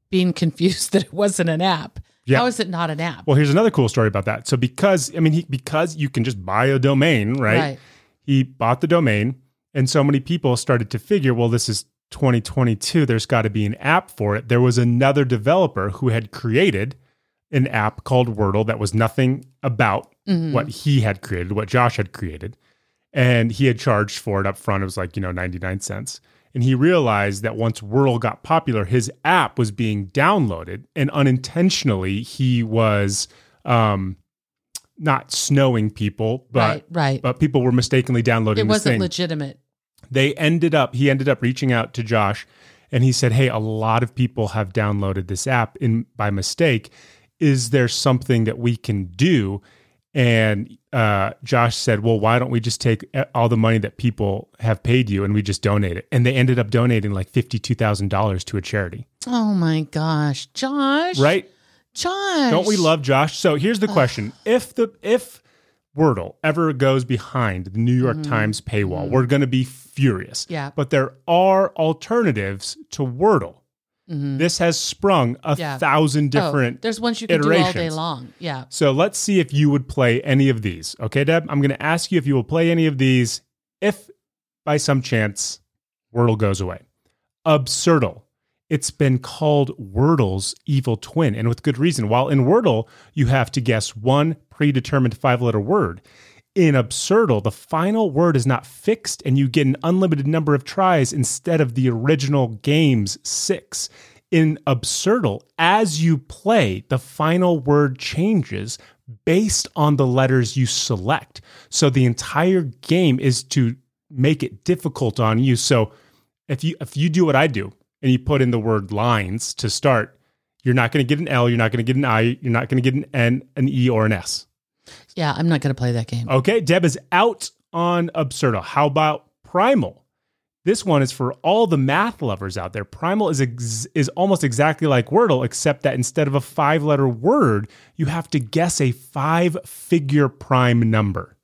[SPEAKER 2] being confused that it wasn't an app.
[SPEAKER 1] Yeah.
[SPEAKER 2] How is it not an app?
[SPEAKER 1] Well, here's another cool story about that. So because I mean, he, because you can just buy a domain, right? he bought the domain and so many people started to figure well this is 2022 there's got to be an app for it there was another developer who had created an app called wordle that was nothing about
[SPEAKER 2] Mhm.
[SPEAKER 1] what he had created what josh had created and he had charged for it up front it was like you know 99 cents and he realized that once wordle got popular his app was being downloaded and unintentionally he was um not snowing people but
[SPEAKER 2] right. Right.
[SPEAKER 1] but Uh, people were mistakenly downloading
[SPEAKER 2] it
[SPEAKER 1] this
[SPEAKER 2] wasn't
[SPEAKER 1] thing.
[SPEAKER 2] legitimate.
[SPEAKER 1] they ended up, he ended up reaching out to Josh and he said, Hey, a lot of people have downloaded this app in by mistake. Is there something that we can do? And uh, Josh said, Well, why don't we just take uh, all the money that people have paid you and we just donate it? And they ended up donating like $52,000 to a charity,
[SPEAKER 2] Oh my gosh. Josh.
[SPEAKER 1] right?
[SPEAKER 2] Josh.
[SPEAKER 1] Don't we love Josh? So here's the question: If the if Wordle ever goes behind the New York Times paywall, we're going to be furious.
[SPEAKER 2] Mm-hmm. Yeah.
[SPEAKER 1] But there are alternatives to Wordle. This has sprung a
[SPEAKER 2] Mm-hmm. Yeah.
[SPEAKER 1] thousand
[SPEAKER 2] Oh,
[SPEAKER 1] different.
[SPEAKER 2] there's ones you can do all day
[SPEAKER 1] iterations.
[SPEAKER 2] long. Yeah.
[SPEAKER 1] so let's see if you would play any of these. Okay, Deb, I'm going to ask you if you will play any of these if by some chance Wordle goes away. Absurdle. It's been called Wordle's evil twin, and with good reason. While in Wordle, you have to guess one predetermined five letter word. In Absurdle, the final word is not fixed, and you get an unlimited number of tries instead of the original game's six. In Absurdle, as you play, the final word changes based on the letters you select. So the entire game is to make it difficult on you. So if you if you do what I do and you put in the word lines to start, you're not going to get an L, you're not going to get an I, you're not going to get an N, an E, or an S.
[SPEAKER 2] Yeah. I'm not going to play that game.
[SPEAKER 1] Okay, Deb is out on Absurdo. How about Primal? This one is for all the math lovers out there. Primal is ex- is almost exactly like Wordle, except that instead of a five letter word, you have to guess a five figure prime number.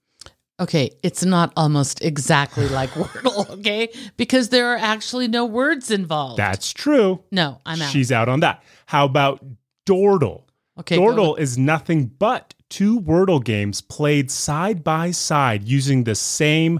[SPEAKER 2] Okay, it's not almost exactly like Wordle, okay? Because there are actually no words involved.
[SPEAKER 1] That's true.
[SPEAKER 2] no, I'm out.
[SPEAKER 1] She's out on that. How about Dordle?
[SPEAKER 2] Okay. go
[SPEAKER 1] Dortle is nothing but two Wordle games played side by side using the same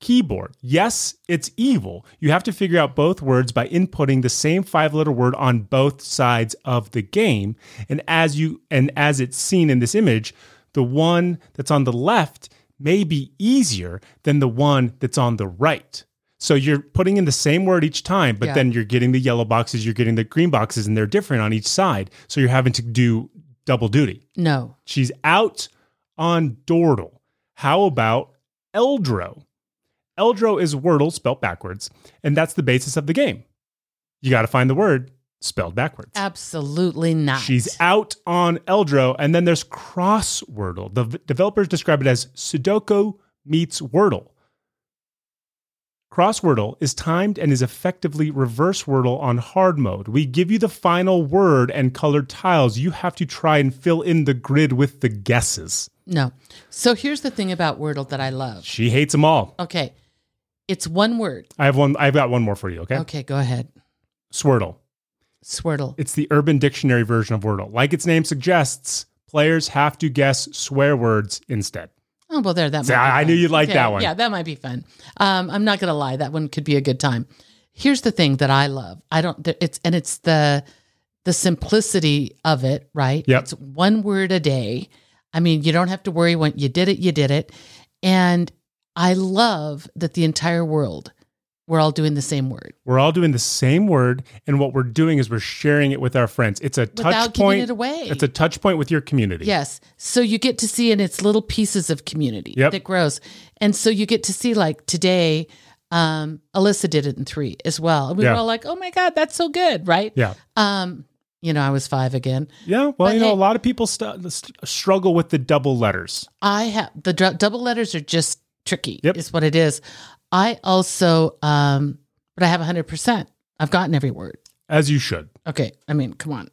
[SPEAKER 1] keyboard. Yes, it's evil. You have to figure out both words by inputting the same five-letter word on both sides of the game. And as you and as it's seen in this image, the one that's on the left may be easier than the one that's on the right. So you're putting in the same word each time, but
[SPEAKER 2] Yeah.
[SPEAKER 1] then you're getting the yellow boxes, you're getting the green boxes, and they're different on each side. So you're having to do double duty.
[SPEAKER 2] with- no.
[SPEAKER 1] She's out on Dordle. How about Eldro? Eldro is Wordle spelled backwards, and that's the basis of the game. You got to find the word spelled backwards.
[SPEAKER 2] Absolutely not.
[SPEAKER 1] She's out on Eldro, and then there's Cross Wordle. The v- developers describe it as Sudoku meets Wordle. Cross Wordle is timed and is effectively reverse Wordle on hard mode. We give you the final word and colored tiles. You have to try and fill in the grid with the guesses.
[SPEAKER 2] no. So here's the thing about Wordle that I love.
[SPEAKER 1] She hates them all.
[SPEAKER 2] Okay. It's one word.
[SPEAKER 1] I have one. I've got one more for you. Okay,
[SPEAKER 2] Okay, go ahead.
[SPEAKER 1] Swirtle.
[SPEAKER 2] Swirtle.
[SPEAKER 1] It's the Urban Dictionary version of Wordle. Like its name suggests, players have to guess swear words instead.
[SPEAKER 2] Oh well, there that.
[SPEAKER 1] See,
[SPEAKER 2] might be
[SPEAKER 1] I- I
[SPEAKER 2] fun.
[SPEAKER 1] knew you'd like
[SPEAKER 2] Okay,
[SPEAKER 1] that one.
[SPEAKER 2] Yeah, that might be fun. Um, I'm not gonna lie, that one could be a good time. Here's the thing that I love. I don't. there- It's and it's the the simplicity of it, right?
[SPEAKER 1] Yep.
[SPEAKER 2] It's one word a day. I mean, you don't have to worry when you did it, you did it. And I love that the entire world we're all doing the same word
[SPEAKER 1] We're all doing the same word, and what we're doing is we're sharing it with our friends. It's a touch
[SPEAKER 2] without giving
[SPEAKER 1] point.
[SPEAKER 2] it away.
[SPEAKER 1] It's a touch point with your community.
[SPEAKER 2] Yes. So you get to see in its little pieces of community
[SPEAKER 1] Yep.
[SPEAKER 2] that grows. And so you get to see like today, um, Alyssa did it in three as well. And we
[SPEAKER 1] Yeah.
[SPEAKER 2] were all like, oh my God, that's so good, right?
[SPEAKER 1] Yeah.
[SPEAKER 2] Um, you know, I was five again.
[SPEAKER 1] Yeah. Well,
[SPEAKER 2] But
[SPEAKER 1] you know,
[SPEAKER 2] hey-
[SPEAKER 1] a lot of people st- st- struggle with the double letters.
[SPEAKER 2] I have the dr- double letters are just tricky,
[SPEAKER 1] Yep.
[SPEAKER 2] is what it is. I also, um, but I have 100%. I've gotten every word.
[SPEAKER 1] As you should.
[SPEAKER 2] Okay. I mean, come on.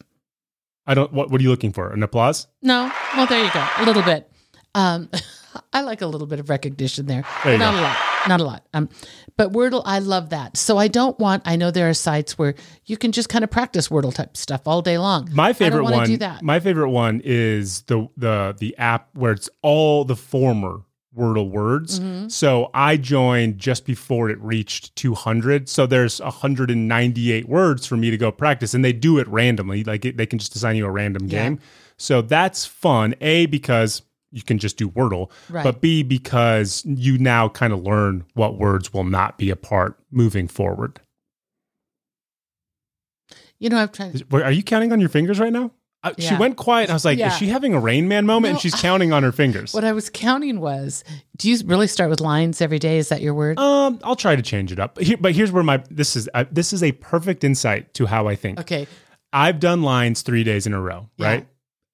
[SPEAKER 1] I don't. What, what are you looking for? An applause?
[SPEAKER 2] No. Well, there you go. A little bit. Um, I like a little bit of recognition there.
[SPEAKER 1] There you
[SPEAKER 2] not
[SPEAKER 1] go.
[SPEAKER 2] a lot. Not a lot. Um, but Wordle, I love that. So I don't want. I know there are sites where you can just kind of practice Wordle type stuff all day long.
[SPEAKER 1] My favorite
[SPEAKER 2] wanna
[SPEAKER 1] one.
[SPEAKER 2] do that.
[SPEAKER 1] My favorite one is the the the app where it's all the former Wordle words.
[SPEAKER 2] Mm-hmm.
[SPEAKER 1] So I joined just before it reached 200. So there's 198 words for me to go practice, and they do it randomly. Like it, they can just assign you a random
[SPEAKER 2] Yeah.
[SPEAKER 1] game. So that's fun. A because you can just do Wordle,
[SPEAKER 2] Right.
[SPEAKER 1] but B because you now kind of learn what words will not be a part moving forward.
[SPEAKER 2] you know, I'm trying.
[SPEAKER 1] Is- wait, Are you counting on your fingers right now? Uh, She
[SPEAKER 2] Yeah.
[SPEAKER 1] went quiet. And I was like,
[SPEAKER 2] Yeah.
[SPEAKER 1] is she having a Rain Man moment?
[SPEAKER 2] No,
[SPEAKER 1] and she's
[SPEAKER 2] I-
[SPEAKER 1] counting on her fingers.
[SPEAKER 2] What I was counting was. Do you really start with lines every day? Is that your word?
[SPEAKER 1] um, I'll try to change it up. But, here, but here's where my this is uh, this is a perfect insight to how I think.
[SPEAKER 2] okay.
[SPEAKER 1] I've done lines three days in a row,
[SPEAKER 2] Yeah.
[SPEAKER 1] right?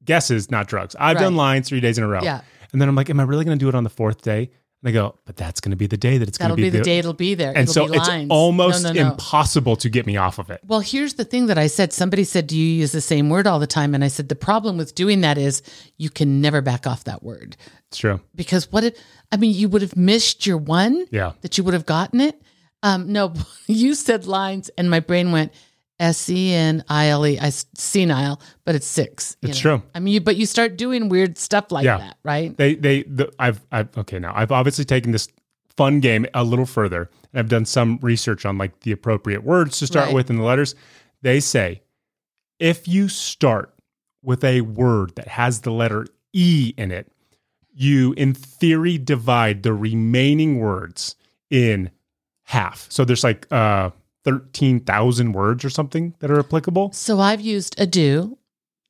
[SPEAKER 1] Guesses, not drugs. I've done
[SPEAKER 2] Right.
[SPEAKER 1] lines three days in a row.
[SPEAKER 2] Yeah.
[SPEAKER 1] And then I'm like, am I really going to do it on the fourth day? And I go, but that's going to be the day that it's going
[SPEAKER 2] That'll
[SPEAKER 1] to be,
[SPEAKER 2] be the day it'll be there.
[SPEAKER 1] And
[SPEAKER 2] it'll
[SPEAKER 1] so
[SPEAKER 2] be
[SPEAKER 1] it's
[SPEAKER 2] lines. No,
[SPEAKER 1] almost
[SPEAKER 2] no, no.
[SPEAKER 1] impossible to get me off of it.
[SPEAKER 2] Well, here's the thing that I said. Somebody said, Do you use the same word all the time? And I said, The problem with doing that is you can never back off that word.
[SPEAKER 1] It's true.
[SPEAKER 2] Because what if, I mean, you would have missed your one
[SPEAKER 1] Yeah.
[SPEAKER 2] that you would have gotten it. Um, no, you said lines, and my brain went S E N I L E. I s- senile, but it's six. you
[SPEAKER 1] It's
[SPEAKER 2] know?
[SPEAKER 1] true.
[SPEAKER 2] I mean, you, but you start doing weird stuff like
[SPEAKER 1] Yeah.
[SPEAKER 2] that, right?
[SPEAKER 1] they they the, I've I've okay now I've obviously taken this fun game a little further and I've done some research on like the appropriate words to start
[SPEAKER 2] Right.
[SPEAKER 1] with in the letters. They say if you start with a word that has the letter E in it, you in theory divide the remaining words in half. So there's like uh 13,000 words or something that are applicable.
[SPEAKER 2] So I've used a do,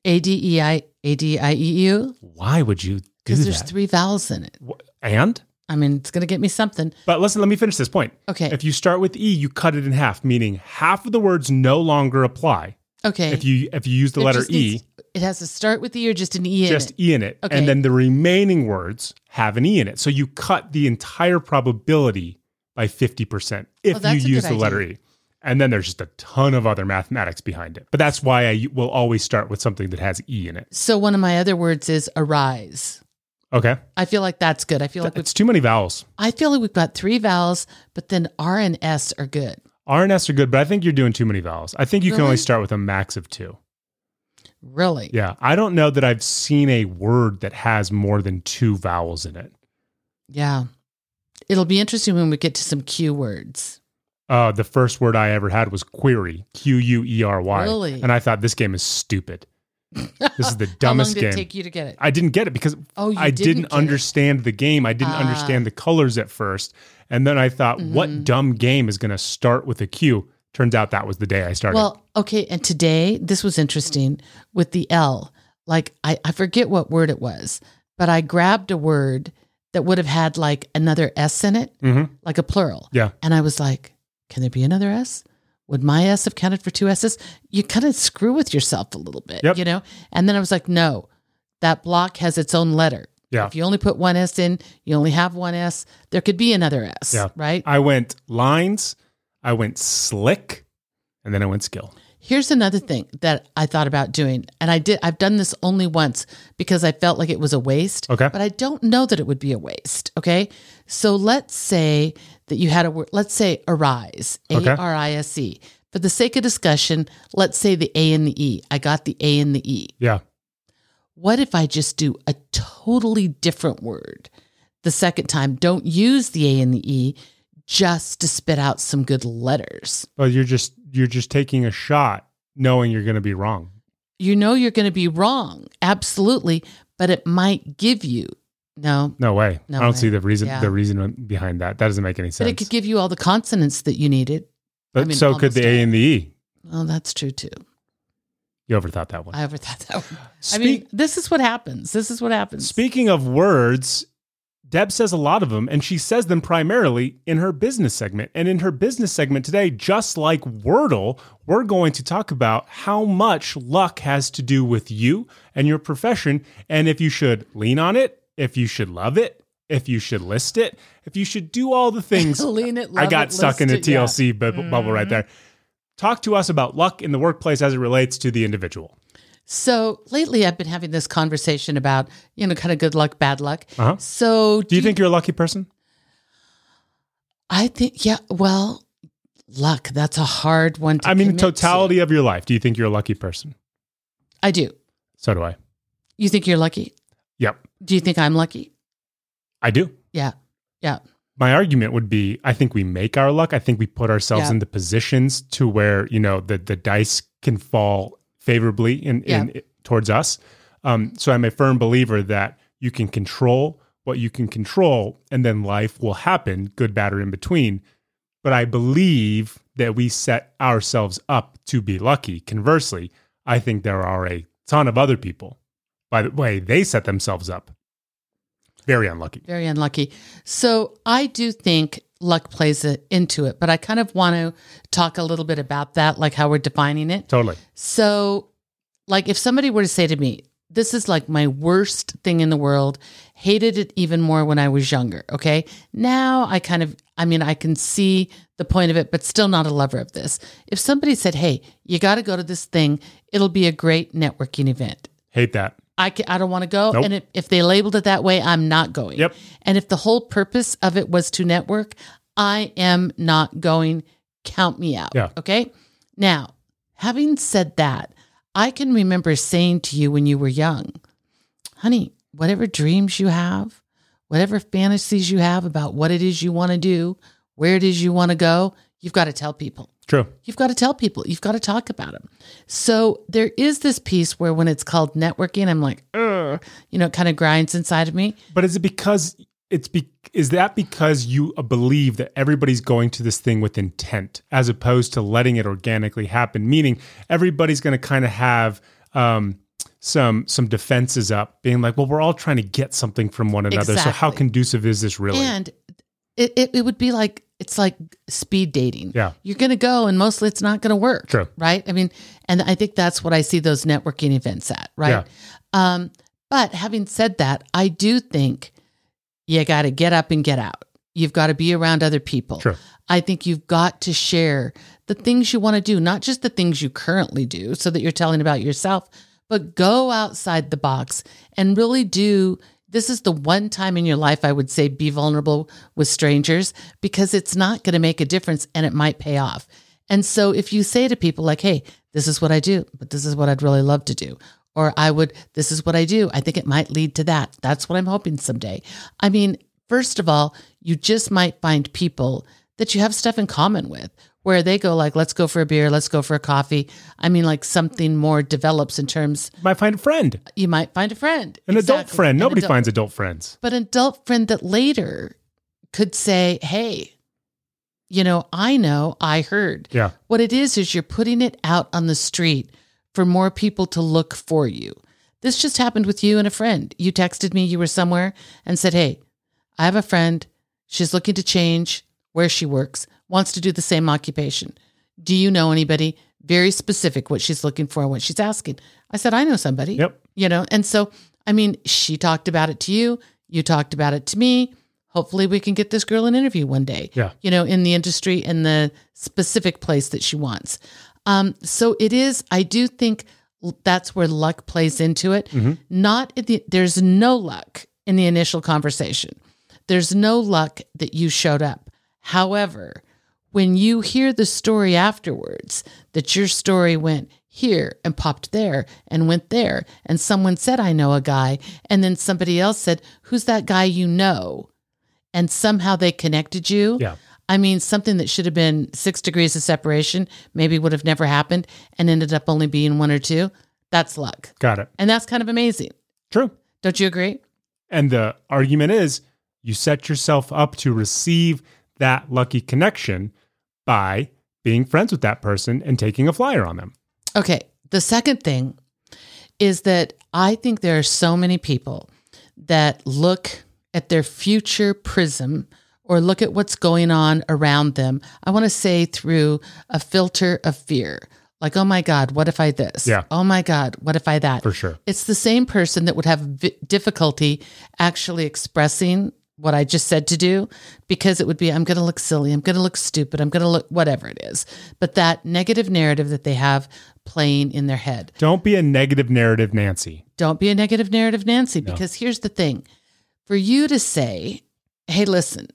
[SPEAKER 2] A D E I A D I E U,
[SPEAKER 1] Why would you do
[SPEAKER 2] because there's
[SPEAKER 1] that?
[SPEAKER 2] three vowels in it.
[SPEAKER 1] Wh- and
[SPEAKER 2] I mean, it's going to get me something.
[SPEAKER 1] but listen, let me finish this point.
[SPEAKER 2] Okay.
[SPEAKER 1] If you start with E, you cut it in half, meaning half of the words no longer apply.
[SPEAKER 2] okay.
[SPEAKER 1] If you if you use the
[SPEAKER 2] It
[SPEAKER 1] letter
[SPEAKER 2] just
[SPEAKER 1] E,
[SPEAKER 2] needs- it has to start with E or just an E in
[SPEAKER 1] just
[SPEAKER 2] it.
[SPEAKER 1] E in it,
[SPEAKER 2] Okay.
[SPEAKER 1] and then the remaining words have an E in it. So you cut the entire probability by fifty percent if
[SPEAKER 2] Oh, that's a
[SPEAKER 1] you use
[SPEAKER 2] good
[SPEAKER 1] the letter
[SPEAKER 2] idea.
[SPEAKER 1] E. And then there's just a ton of other mathematics behind it. But that's why I will always start with something that has E in it.
[SPEAKER 2] So one of my other words is arise.
[SPEAKER 1] Okay,
[SPEAKER 2] I feel like that's good. I feel like we've,
[SPEAKER 1] it's too many vowels.
[SPEAKER 2] I feel like we've got three vowels, but then R and S are good.
[SPEAKER 1] R and S are good, but I think you're doing too many vowels. I think you can
[SPEAKER 2] Really?
[SPEAKER 1] only start with a max of two.
[SPEAKER 2] Really?
[SPEAKER 1] Yeah. I don't know that I've seen a word that has more than two vowels in it.
[SPEAKER 2] Yeah. It'll be interesting when we get to some Q words.
[SPEAKER 1] Uh, the first word I ever had was query, Q U E R Y.
[SPEAKER 2] Really?
[SPEAKER 1] And I thought this game is stupid. This is the dumbest
[SPEAKER 2] How long did
[SPEAKER 1] game.
[SPEAKER 2] it take you to get it?
[SPEAKER 1] I didn't get it because
[SPEAKER 2] Oh, you
[SPEAKER 1] I didn't,
[SPEAKER 2] didn't get it.
[SPEAKER 1] understand the game. I didn't
[SPEAKER 2] Ah.
[SPEAKER 1] understand the colors at first. And then I thought,
[SPEAKER 2] Mm-hmm.
[SPEAKER 1] what dumb game is going to start with a Q? Turns out that was the day I started.
[SPEAKER 2] Well, okay. And today, this was interesting with the L. Like, I, I forget what word it was, but I grabbed a word that would have had like another S in it,
[SPEAKER 1] Mhm.
[SPEAKER 2] like a plural.
[SPEAKER 1] Yeah.
[SPEAKER 2] And I was like, can there be another S? Would my S have counted for two S's? You kind of screw with yourself a little bit,
[SPEAKER 1] Yep.
[SPEAKER 2] you know? And then I was like, no, that block has its own letter.
[SPEAKER 1] Yeah.
[SPEAKER 2] If you only put one S in, you only have one S. There could be another S,
[SPEAKER 1] Yeah.
[SPEAKER 2] right?
[SPEAKER 1] I went lines, I went slick, and then I went skill.
[SPEAKER 2] Here's another thing that I thought about doing, and I did. I've done this only once because I felt like it was a waste.
[SPEAKER 1] Okay.
[SPEAKER 2] but I don't know that it would be a waste. Okay, so let's say that you had a word. Let's say arise,
[SPEAKER 1] Okay.
[SPEAKER 2] A R I S E. For the sake of discussion, let's say the A and the E. I got the A and the E.
[SPEAKER 1] Yeah.
[SPEAKER 2] What if I just do a totally different word the second time? Don't use the A and the E, just to spit out some good letters.
[SPEAKER 1] Well, you're just you're just taking a shot, knowing you're going to be wrong.
[SPEAKER 2] you know you're going to be wrong absolutely but it might give you no
[SPEAKER 1] No way.
[SPEAKER 2] No
[SPEAKER 1] I don't
[SPEAKER 2] way.
[SPEAKER 1] see the reason
[SPEAKER 2] Yeah.
[SPEAKER 1] the reason behind that. That doesn't make any
[SPEAKER 2] but
[SPEAKER 1] sense.
[SPEAKER 2] it could give you all the consonants that you needed
[SPEAKER 1] but
[SPEAKER 2] I mean,
[SPEAKER 1] so could the
[SPEAKER 2] almost
[SPEAKER 1] A and the E.
[SPEAKER 2] oh that's true too
[SPEAKER 1] You overthought that one.
[SPEAKER 2] i overthought that one.
[SPEAKER 1] Speak-
[SPEAKER 2] i mean this is what happens this is what happens
[SPEAKER 1] speaking of words, Deb says a lot of them, and she says them primarily in her business segment. And in her business segment today, just like Wordle, we're going to talk about how much luck has to do with you and your profession, and if you should lean on it, if you should love it, if you should list it, if you should do all the things.
[SPEAKER 2] Lean it,
[SPEAKER 1] I
[SPEAKER 2] love
[SPEAKER 1] got
[SPEAKER 2] it,
[SPEAKER 1] stuck in a
[SPEAKER 2] list it, yeah. Mm-hmm.
[SPEAKER 1] TLC bu- bubble right there. Talk to us about luck in the workplace as it relates to the individual.
[SPEAKER 2] so lately i've been having this conversation about you know kind of good luck bad luck
[SPEAKER 1] Uh-huh.
[SPEAKER 2] so
[SPEAKER 1] Do you think you're a lucky person?
[SPEAKER 2] i think yeah well luck that's a hard one to
[SPEAKER 1] I mean,
[SPEAKER 2] commit to.
[SPEAKER 1] totality of your life. Do you think you're a lucky person?
[SPEAKER 2] i do
[SPEAKER 1] So do I.
[SPEAKER 2] you think you're lucky
[SPEAKER 1] Yep,
[SPEAKER 2] do you think i'm lucky
[SPEAKER 1] I do.
[SPEAKER 2] yeah yeah
[SPEAKER 1] My argument would be I think we make our luck. I think we put ourselves
[SPEAKER 2] Yeah.
[SPEAKER 1] into positions to where, you know, the, the dice can fall favorably in, in towards us. Um, so I'm a firm believer that you can control what you can control and then life will happen, good, bad, or in between. But I believe that we set ourselves up to be lucky. Conversely, I think there are a ton of other people, by the way, they set themselves up. Very unlucky.
[SPEAKER 2] Very unlucky. So I do think luck plays it into it, but I kind of want to talk a little bit about that, like how we're defining it.
[SPEAKER 1] Totally.
[SPEAKER 2] So, like, if somebody were to say to me, this is like my worst thing in the world, hated it even more when I was younger. Okay. Now I kind of, I mean, I can see the point of it, but still not a lover of this. If somebody said, hey, you got to go to this thing, it'll be a great networking event.
[SPEAKER 1] Hate that.
[SPEAKER 2] I, ca I don't want to go.
[SPEAKER 1] Nope.
[SPEAKER 2] And if, if they labeled it that way, I'm not going.
[SPEAKER 1] Yep.
[SPEAKER 2] And if the whole purpose of it was to network, I am not going. Count me out.
[SPEAKER 1] Yeah.
[SPEAKER 2] Okay. Now, having said that, I can remember saying to you when you were young, honey, whatever dreams you have, whatever fantasies you have about what it is you want to do, where it is you want to go, you've got to tell people.
[SPEAKER 1] True.
[SPEAKER 2] You've got to tell people. You've got to talk about them. So there is this piece where when it's called networking, I'm like, Ugh, you know, it kind of grinds inside of me.
[SPEAKER 1] But is it because it's be- is that because you believe that everybody's going to this thing with intent as opposed to letting it organically happen? Meaning everybody's going to kind of have um, some some defenses up, being like, "Well, we're all trying to get something from one another, so how
[SPEAKER 2] Exactly.
[SPEAKER 1] conducive is this really?"
[SPEAKER 2] And it, it, it would be like, it's like speed dating.
[SPEAKER 1] Yeah.
[SPEAKER 2] You're going to go and mostly it's not going to work.
[SPEAKER 1] True.
[SPEAKER 2] Right. I mean, and I think that's what I see those networking events at. Right. Um, but having said that, I do think you got to get up and get out. You've got to be around other people.
[SPEAKER 1] Sure.
[SPEAKER 2] I think you've got to share the things you want to do, not just the things you currently do, so that you're telling about yourself, but go outside the box and really do. This is the one time in your life I would say be vulnerable with strangers because it's not going to make a difference and it might pay off. And so if you say to people like, hey, this is what I do, but this is what I'd really love to do, or I would, this is what I do, I think it might lead to that. That's what I'm hoping someday. I mean, first of all, you just might find people that you have stuff in common with where they go like let's go for a beer let's go for a coffee i mean like something more develops in terms
[SPEAKER 1] might find a friend,
[SPEAKER 2] you might find a friend
[SPEAKER 1] an adult
[SPEAKER 2] Exactly.
[SPEAKER 1] friend.
[SPEAKER 2] An
[SPEAKER 1] Nobody
[SPEAKER 2] adult-
[SPEAKER 1] finds adult friends.
[SPEAKER 2] but an adult friend that later could say, Hey, you know, I know, I heard.
[SPEAKER 1] Yeah.
[SPEAKER 2] What it is, is you're putting it out on the street for more people to look for you. This just happened with you and a friend. You texted me, you were somewhere and said, Hey, I have a friend. She's looking to change where she works, wants to do the same occupation. Do you know anybody? Very specific what she's looking for and what she's asking. I said, I know somebody
[SPEAKER 1] Yep.
[SPEAKER 2] you know and so i mean she talked about it to you you talked about it to me hopefully we can get this girl an interview one day
[SPEAKER 1] Yeah.
[SPEAKER 2] you know in the industry in the specific place that she wants um so it is i do think l- that's where luck plays into it not in the, there's no luck in the initial conversation there's no luck that you showed up however when you hear the story afterwards that your story went here and popped there and went there and someone said i know a guy and then somebody else said who's that guy you know and somehow they connected you
[SPEAKER 1] Yeah.
[SPEAKER 2] i mean something that should have been six degrees of separation maybe would have never happened and ended up only being one or two that's luck
[SPEAKER 1] Got it.
[SPEAKER 2] and that's kind of amazing
[SPEAKER 1] True.
[SPEAKER 2] don't you agree
[SPEAKER 1] And the argument is you set yourself up to receive that lucky connection by being friends with that person and taking a flyer on them.
[SPEAKER 2] Okay. The second thing is that I think there are so many people that look at their future prism or look at what's going on around them. I want to say through a filter of fear. Like, oh my God, what if I this?
[SPEAKER 1] Yeah.
[SPEAKER 2] Oh my God, what if I that?
[SPEAKER 1] For sure.
[SPEAKER 2] It's the same person that would have vi- difficulty actually expressing what I just said to do because it would be, I'm going to look silly. I'm going to look stupid. I'm going to look whatever it is. But that negative narrative that they have playing in their head.
[SPEAKER 1] Don't be a negative narrative, Nancy.
[SPEAKER 2] Don't be a negative narrative, Nancy, because here's the thing for you to say, hey, listen,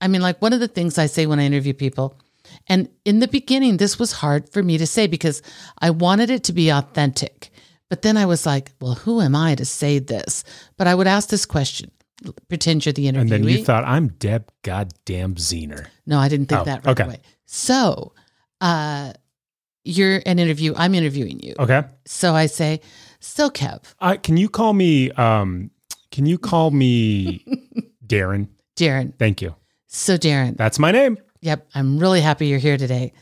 [SPEAKER 2] I mean, like one of the things I say when I interview people, and in the beginning, this was hard for me to say because I wanted it to be authentic. But then I was like, well, who am I to say this? But I would ask this question pretend you're the interviewee.
[SPEAKER 1] And then you thought, I'm Deb goddamn Zener.
[SPEAKER 2] No, I didn't think
[SPEAKER 1] Oh,
[SPEAKER 2] that right
[SPEAKER 1] okay.
[SPEAKER 2] away. So uh, you're an interview. I'm interviewing you.
[SPEAKER 1] Okay.
[SPEAKER 2] So I say, so Kev,
[SPEAKER 1] Uh, can you call me, um, can you call me Darren?
[SPEAKER 2] Darren.
[SPEAKER 1] Thank you.
[SPEAKER 2] So Darren.
[SPEAKER 1] That's my name.
[SPEAKER 2] Yep. I'm really happy you're here today.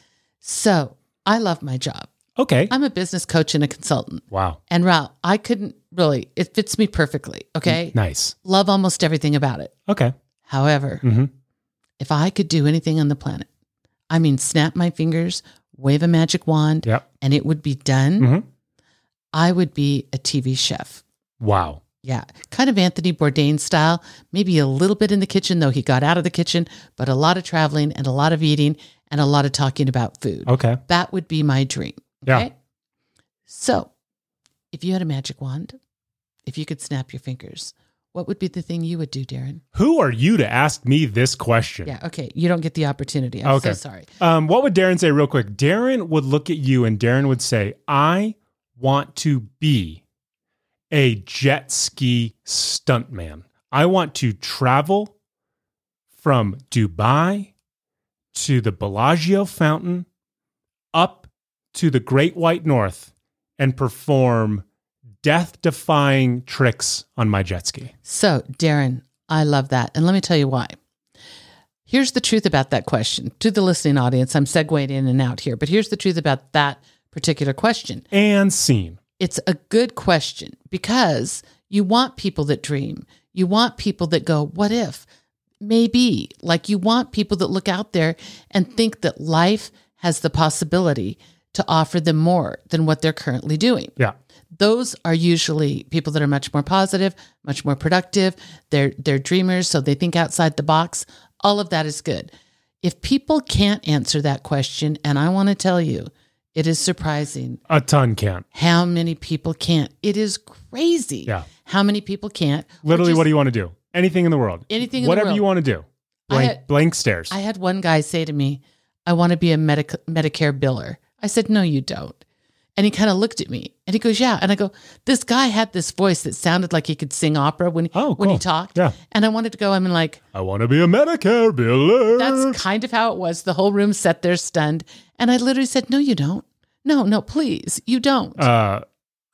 [SPEAKER 2] So I love my job.
[SPEAKER 1] Okay.
[SPEAKER 2] I'm a business coach and a consultant.
[SPEAKER 1] wow.
[SPEAKER 2] And Ralph, I couldn't really, it fits me perfectly. Okay.
[SPEAKER 1] Nice.
[SPEAKER 2] Love almost everything about it.
[SPEAKER 1] Okay.
[SPEAKER 2] However,
[SPEAKER 1] Mhm.
[SPEAKER 2] if I could do anything on the planet, I mean, snap my fingers, wave a magic wand,
[SPEAKER 1] Yep.
[SPEAKER 2] and it would be done,
[SPEAKER 1] Mhm.
[SPEAKER 2] I would be a TV chef.
[SPEAKER 1] Wow.
[SPEAKER 2] Yeah, kind of Anthony Bourdain style, maybe a little bit in the kitchen, though he got out of the kitchen, but a lot of traveling and a lot of eating and a lot of talking about food.
[SPEAKER 1] Okay.
[SPEAKER 2] That would be my dream.
[SPEAKER 1] Yeah.
[SPEAKER 2] So, if you had a magic wand, if you could snap your fingers, what would be the thing you would do, Darren?
[SPEAKER 1] Who are you to ask me this question?
[SPEAKER 2] Yeah, okay. You don't get the opportunity. I'm
[SPEAKER 1] Okay.
[SPEAKER 2] so sorry.
[SPEAKER 1] Um, what would Darren say, real quick? Darren would look at you and Darren would say, I want to be a jet ski stuntman. I want to travel from Dubai to the Bellagio fountain up to the Great White North and perform death defying tricks on my jet ski.
[SPEAKER 2] So, Darren, I love that. And let me tell you why. Here's the truth about that question to the listening audience. I'm segueing in and out here, but here's the truth about that particular question.
[SPEAKER 1] And scene.
[SPEAKER 2] It's a good question because you want people that dream. You want people that go, what if? Maybe. Like you want people that look out there and think that life has the possibility to offer them more than what they're currently doing
[SPEAKER 1] Yeah.
[SPEAKER 2] those are usually people that are much more positive, much more productive. They're they're dreamers, so they think outside the box. All of that is good. If people can't answer that question, and I want to tell you, it is surprising
[SPEAKER 1] A ton can't.
[SPEAKER 2] how many people can't. It is crazy
[SPEAKER 1] Yeah.
[SPEAKER 2] how many people can't. Or
[SPEAKER 1] Literally,
[SPEAKER 2] just-
[SPEAKER 1] what do you want to do? Anything in the world.
[SPEAKER 2] Anything in the
[SPEAKER 1] Whatever
[SPEAKER 2] world.
[SPEAKER 1] you want to do.
[SPEAKER 2] I
[SPEAKER 1] Blank,
[SPEAKER 2] had-
[SPEAKER 1] blank stares.
[SPEAKER 2] I had one guy say to me, I want to be a medic- Medicare biller. I said, No, you don't. And he kind of looked at me and he goes, Yeah. And I go, This guy had this voice that sounded like he could sing opera when,
[SPEAKER 1] Oh,
[SPEAKER 2] when he
[SPEAKER 1] cool.
[SPEAKER 2] talked.
[SPEAKER 1] Yeah.
[SPEAKER 2] And I wanted to go, I'm like,
[SPEAKER 1] I want to be a Medicare biller.
[SPEAKER 2] that's kind of how it was. The whole room sat there stunned. And I literally said, No, you don't. No, no, please, you don't.
[SPEAKER 1] uh,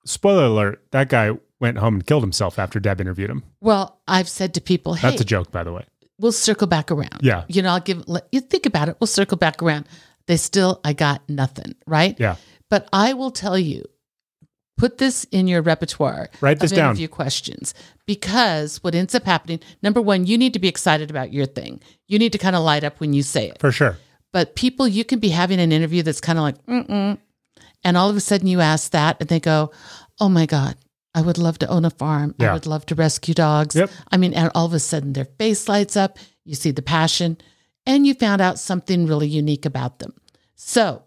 [SPEAKER 1] spoiler alert. That guy went home and killed himself after Deb interviewed him.
[SPEAKER 2] well, I've said to people, Hey,
[SPEAKER 1] That's a joke, by the way.
[SPEAKER 2] we'll circle back around.
[SPEAKER 1] Yeah.
[SPEAKER 2] You know, I'll give, let you think about it. We'll circle back around. They still, I got nothing. Right.
[SPEAKER 1] Yeah.
[SPEAKER 2] But I will tell you, put this in your repertoire.
[SPEAKER 1] Write this
[SPEAKER 2] of
[SPEAKER 1] down.
[SPEAKER 2] Interview questions because what ends up happening, number one, you need to be excited about your thing. You need to kind of light up when you say it.
[SPEAKER 1] For sure.
[SPEAKER 2] But people, you can be having an interview that's kind of like, mm-mm. And all of a sudden you ask that and they go, oh my God, I would love to own a farm. I
[SPEAKER 1] Yeah.
[SPEAKER 2] would love to rescue dogs.
[SPEAKER 1] Yep.
[SPEAKER 2] I mean, and all of a sudden their face lights up. You see the passion and you found out something really unique about them. So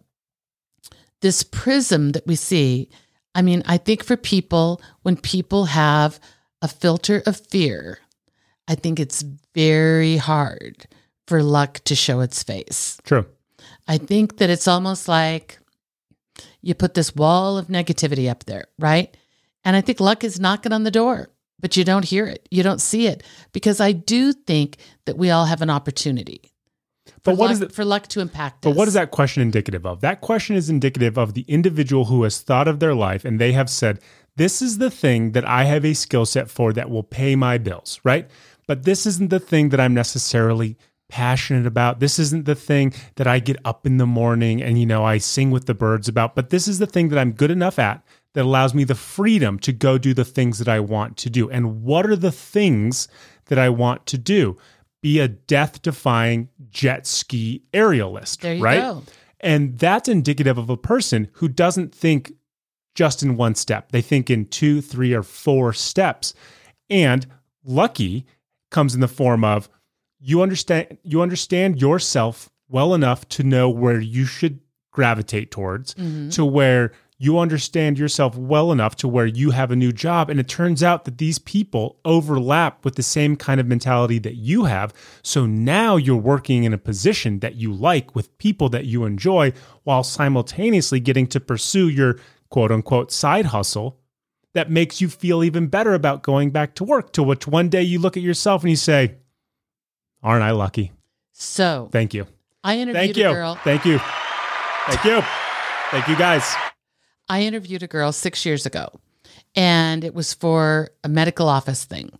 [SPEAKER 2] this prism that we see, I mean, I think for people, when people have a filter of fear, I think it's very hard for luck to show its face.
[SPEAKER 1] True.
[SPEAKER 2] I think that it's almost like you put this wall of negativity up there, right? And I think luck is knocking on the door, but you don't hear it. You don't see it because I do think that we all have an opportunity.
[SPEAKER 1] But
[SPEAKER 2] for
[SPEAKER 1] what
[SPEAKER 2] luck,
[SPEAKER 1] is it?
[SPEAKER 2] for luck to impact
[SPEAKER 1] But
[SPEAKER 2] us.
[SPEAKER 1] what is that question indicative of? That question is indicative of the individual who has thought of their life and they have said, This is the thing that I have a skill set for that will pay my bills, right? But this isn't the thing that I'm necessarily passionate about. This isn't the thing that I get up in the morning and, you know, I sing with the birds about. But this is the thing that I'm good enough at that allows me the freedom to go do the things that I want to do. And what are the things that I want to do? Be a death defying jet ski aerialist
[SPEAKER 2] There you
[SPEAKER 1] right?
[SPEAKER 2] go.
[SPEAKER 1] And that's indicative of a person who doesn't think just in one step. They think in two, three, or four steps. And lucky comes in the form of you understand you understand yourself well enough to know where you should gravitate towards, to where you understand yourself well enough to where you have a new job. And it turns out that these people overlap with the same kind of mentality that you have. So now you're working in a position that you like with people that you enjoy while simultaneously getting to pursue your quote unquote side hustle that makes you feel even better about going back to work. To which one day you look at yourself and you say, Aren't I lucky?
[SPEAKER 2] So
[SPEAKER 1] Thank you.
[SPEAKER 2] I interviewed
[SPEAKER 1] Thank you.
[SPEAKER 2] a girl.
[SPEAKER 1] Thank you. Thank you. Thank you guys.
[SPEAKER 2] I interviewed a girl six years ago, and it was for a medical office thing.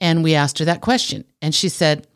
[SPEAKER 2] And we asked her that question, and she said,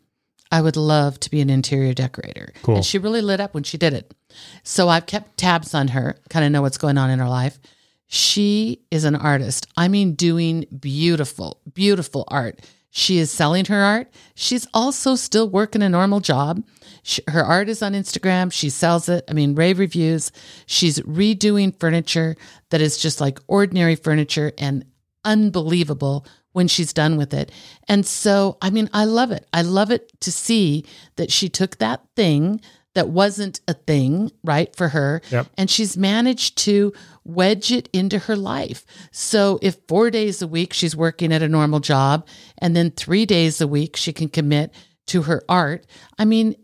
[SPEAKER 2] I would love to be an interior decorator.
[SPEAKER 1] Cool.
[SPEAKER 2] And she really lit up when she did it. So I've kept tabs on her, kind of know what's going on in her life. She is an artist. I mean, doing beautiful, beautiful art. She is selling her art. She's also still working a normal job. She, her art is on Instagram. She sells it. I mean, rave reviews. She's redoing furniture that is just like ordinary furniture and unbelievable when she's done with it. And so, I mean, I love it. I love it to see that she took that thing that wasn't a thing, right, for her,
[SPEAKER 1] Yep.
[SPEAKER 2] and she's managed to wedge it into her life. So, if four days a week she's working at a normal job, and then three days a week she can commit to her art, I mean,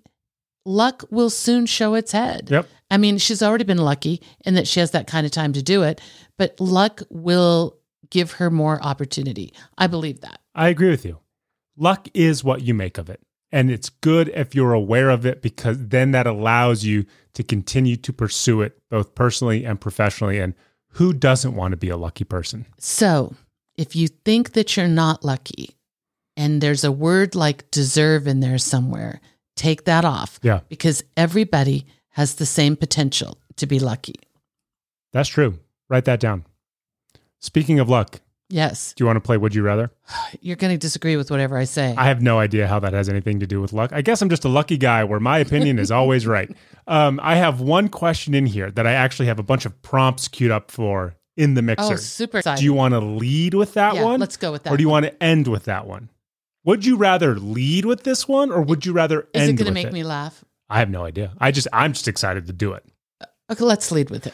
[SPEAKER 2] luck will soon show its head.
[SPEAKER 1] Yep.
[SPEAKER 2] I mean, she's already been lucky in that she has that kind of time to do it, but luck will give her more opportunity. I believe that.
[SPEAKER 1] I agree with you. Luck is what you make of it. And it's good if you're aware of it because then that allows you to continue to pursue it both personally and professionally. And who doesn't want to be a lucky person?
[SPEAKER 2] So, if you think that you're not lucky and there's a word like deserve in there somewhere, take that off
[SPEAKER 1] Yeah,
[SPEAKER 2] because everybody has the same potential to be lucky.
[SPEAKER 1] that's true. Write that down. Speaking of luck,
[SPEAKER 2] Yes,
[SPEAKER 1] do you want to play Would You Rather?
[SPEAKER 2] you're going to disagree with whatever I say.
[SPEAKER 1] I have no idea how that has anything to do with luck. I guess I'm just a lucky guy where my opinion is always right. Um, I have one question in here that I actually have a bunch of prompts queued up for in the
[SPEAKER 2] oh,
[SPEAKER 1] mixer.
[SPEAKER 2] super excited.
[SPEAKER 1] do you want to lead with that
[SPEAKER 2] Yeah,
[SPEAKER 1] one?
[SPEAKER 2] let's go with that
[SPEAKER 1] Or do you want to end with that one? Would you rather lead with this one or would you rather end
[SPEAKER 2] Is it going to
[SPEAKER 1] with
[SPEAKER 2] make
[SPEAKER 1] it?
[SPEAKER 2] me laugh?
[SPEAKER 1] I have no idea. I just I'm just excited to do it.
[SPEAKER 2] Okay, let's lead with it.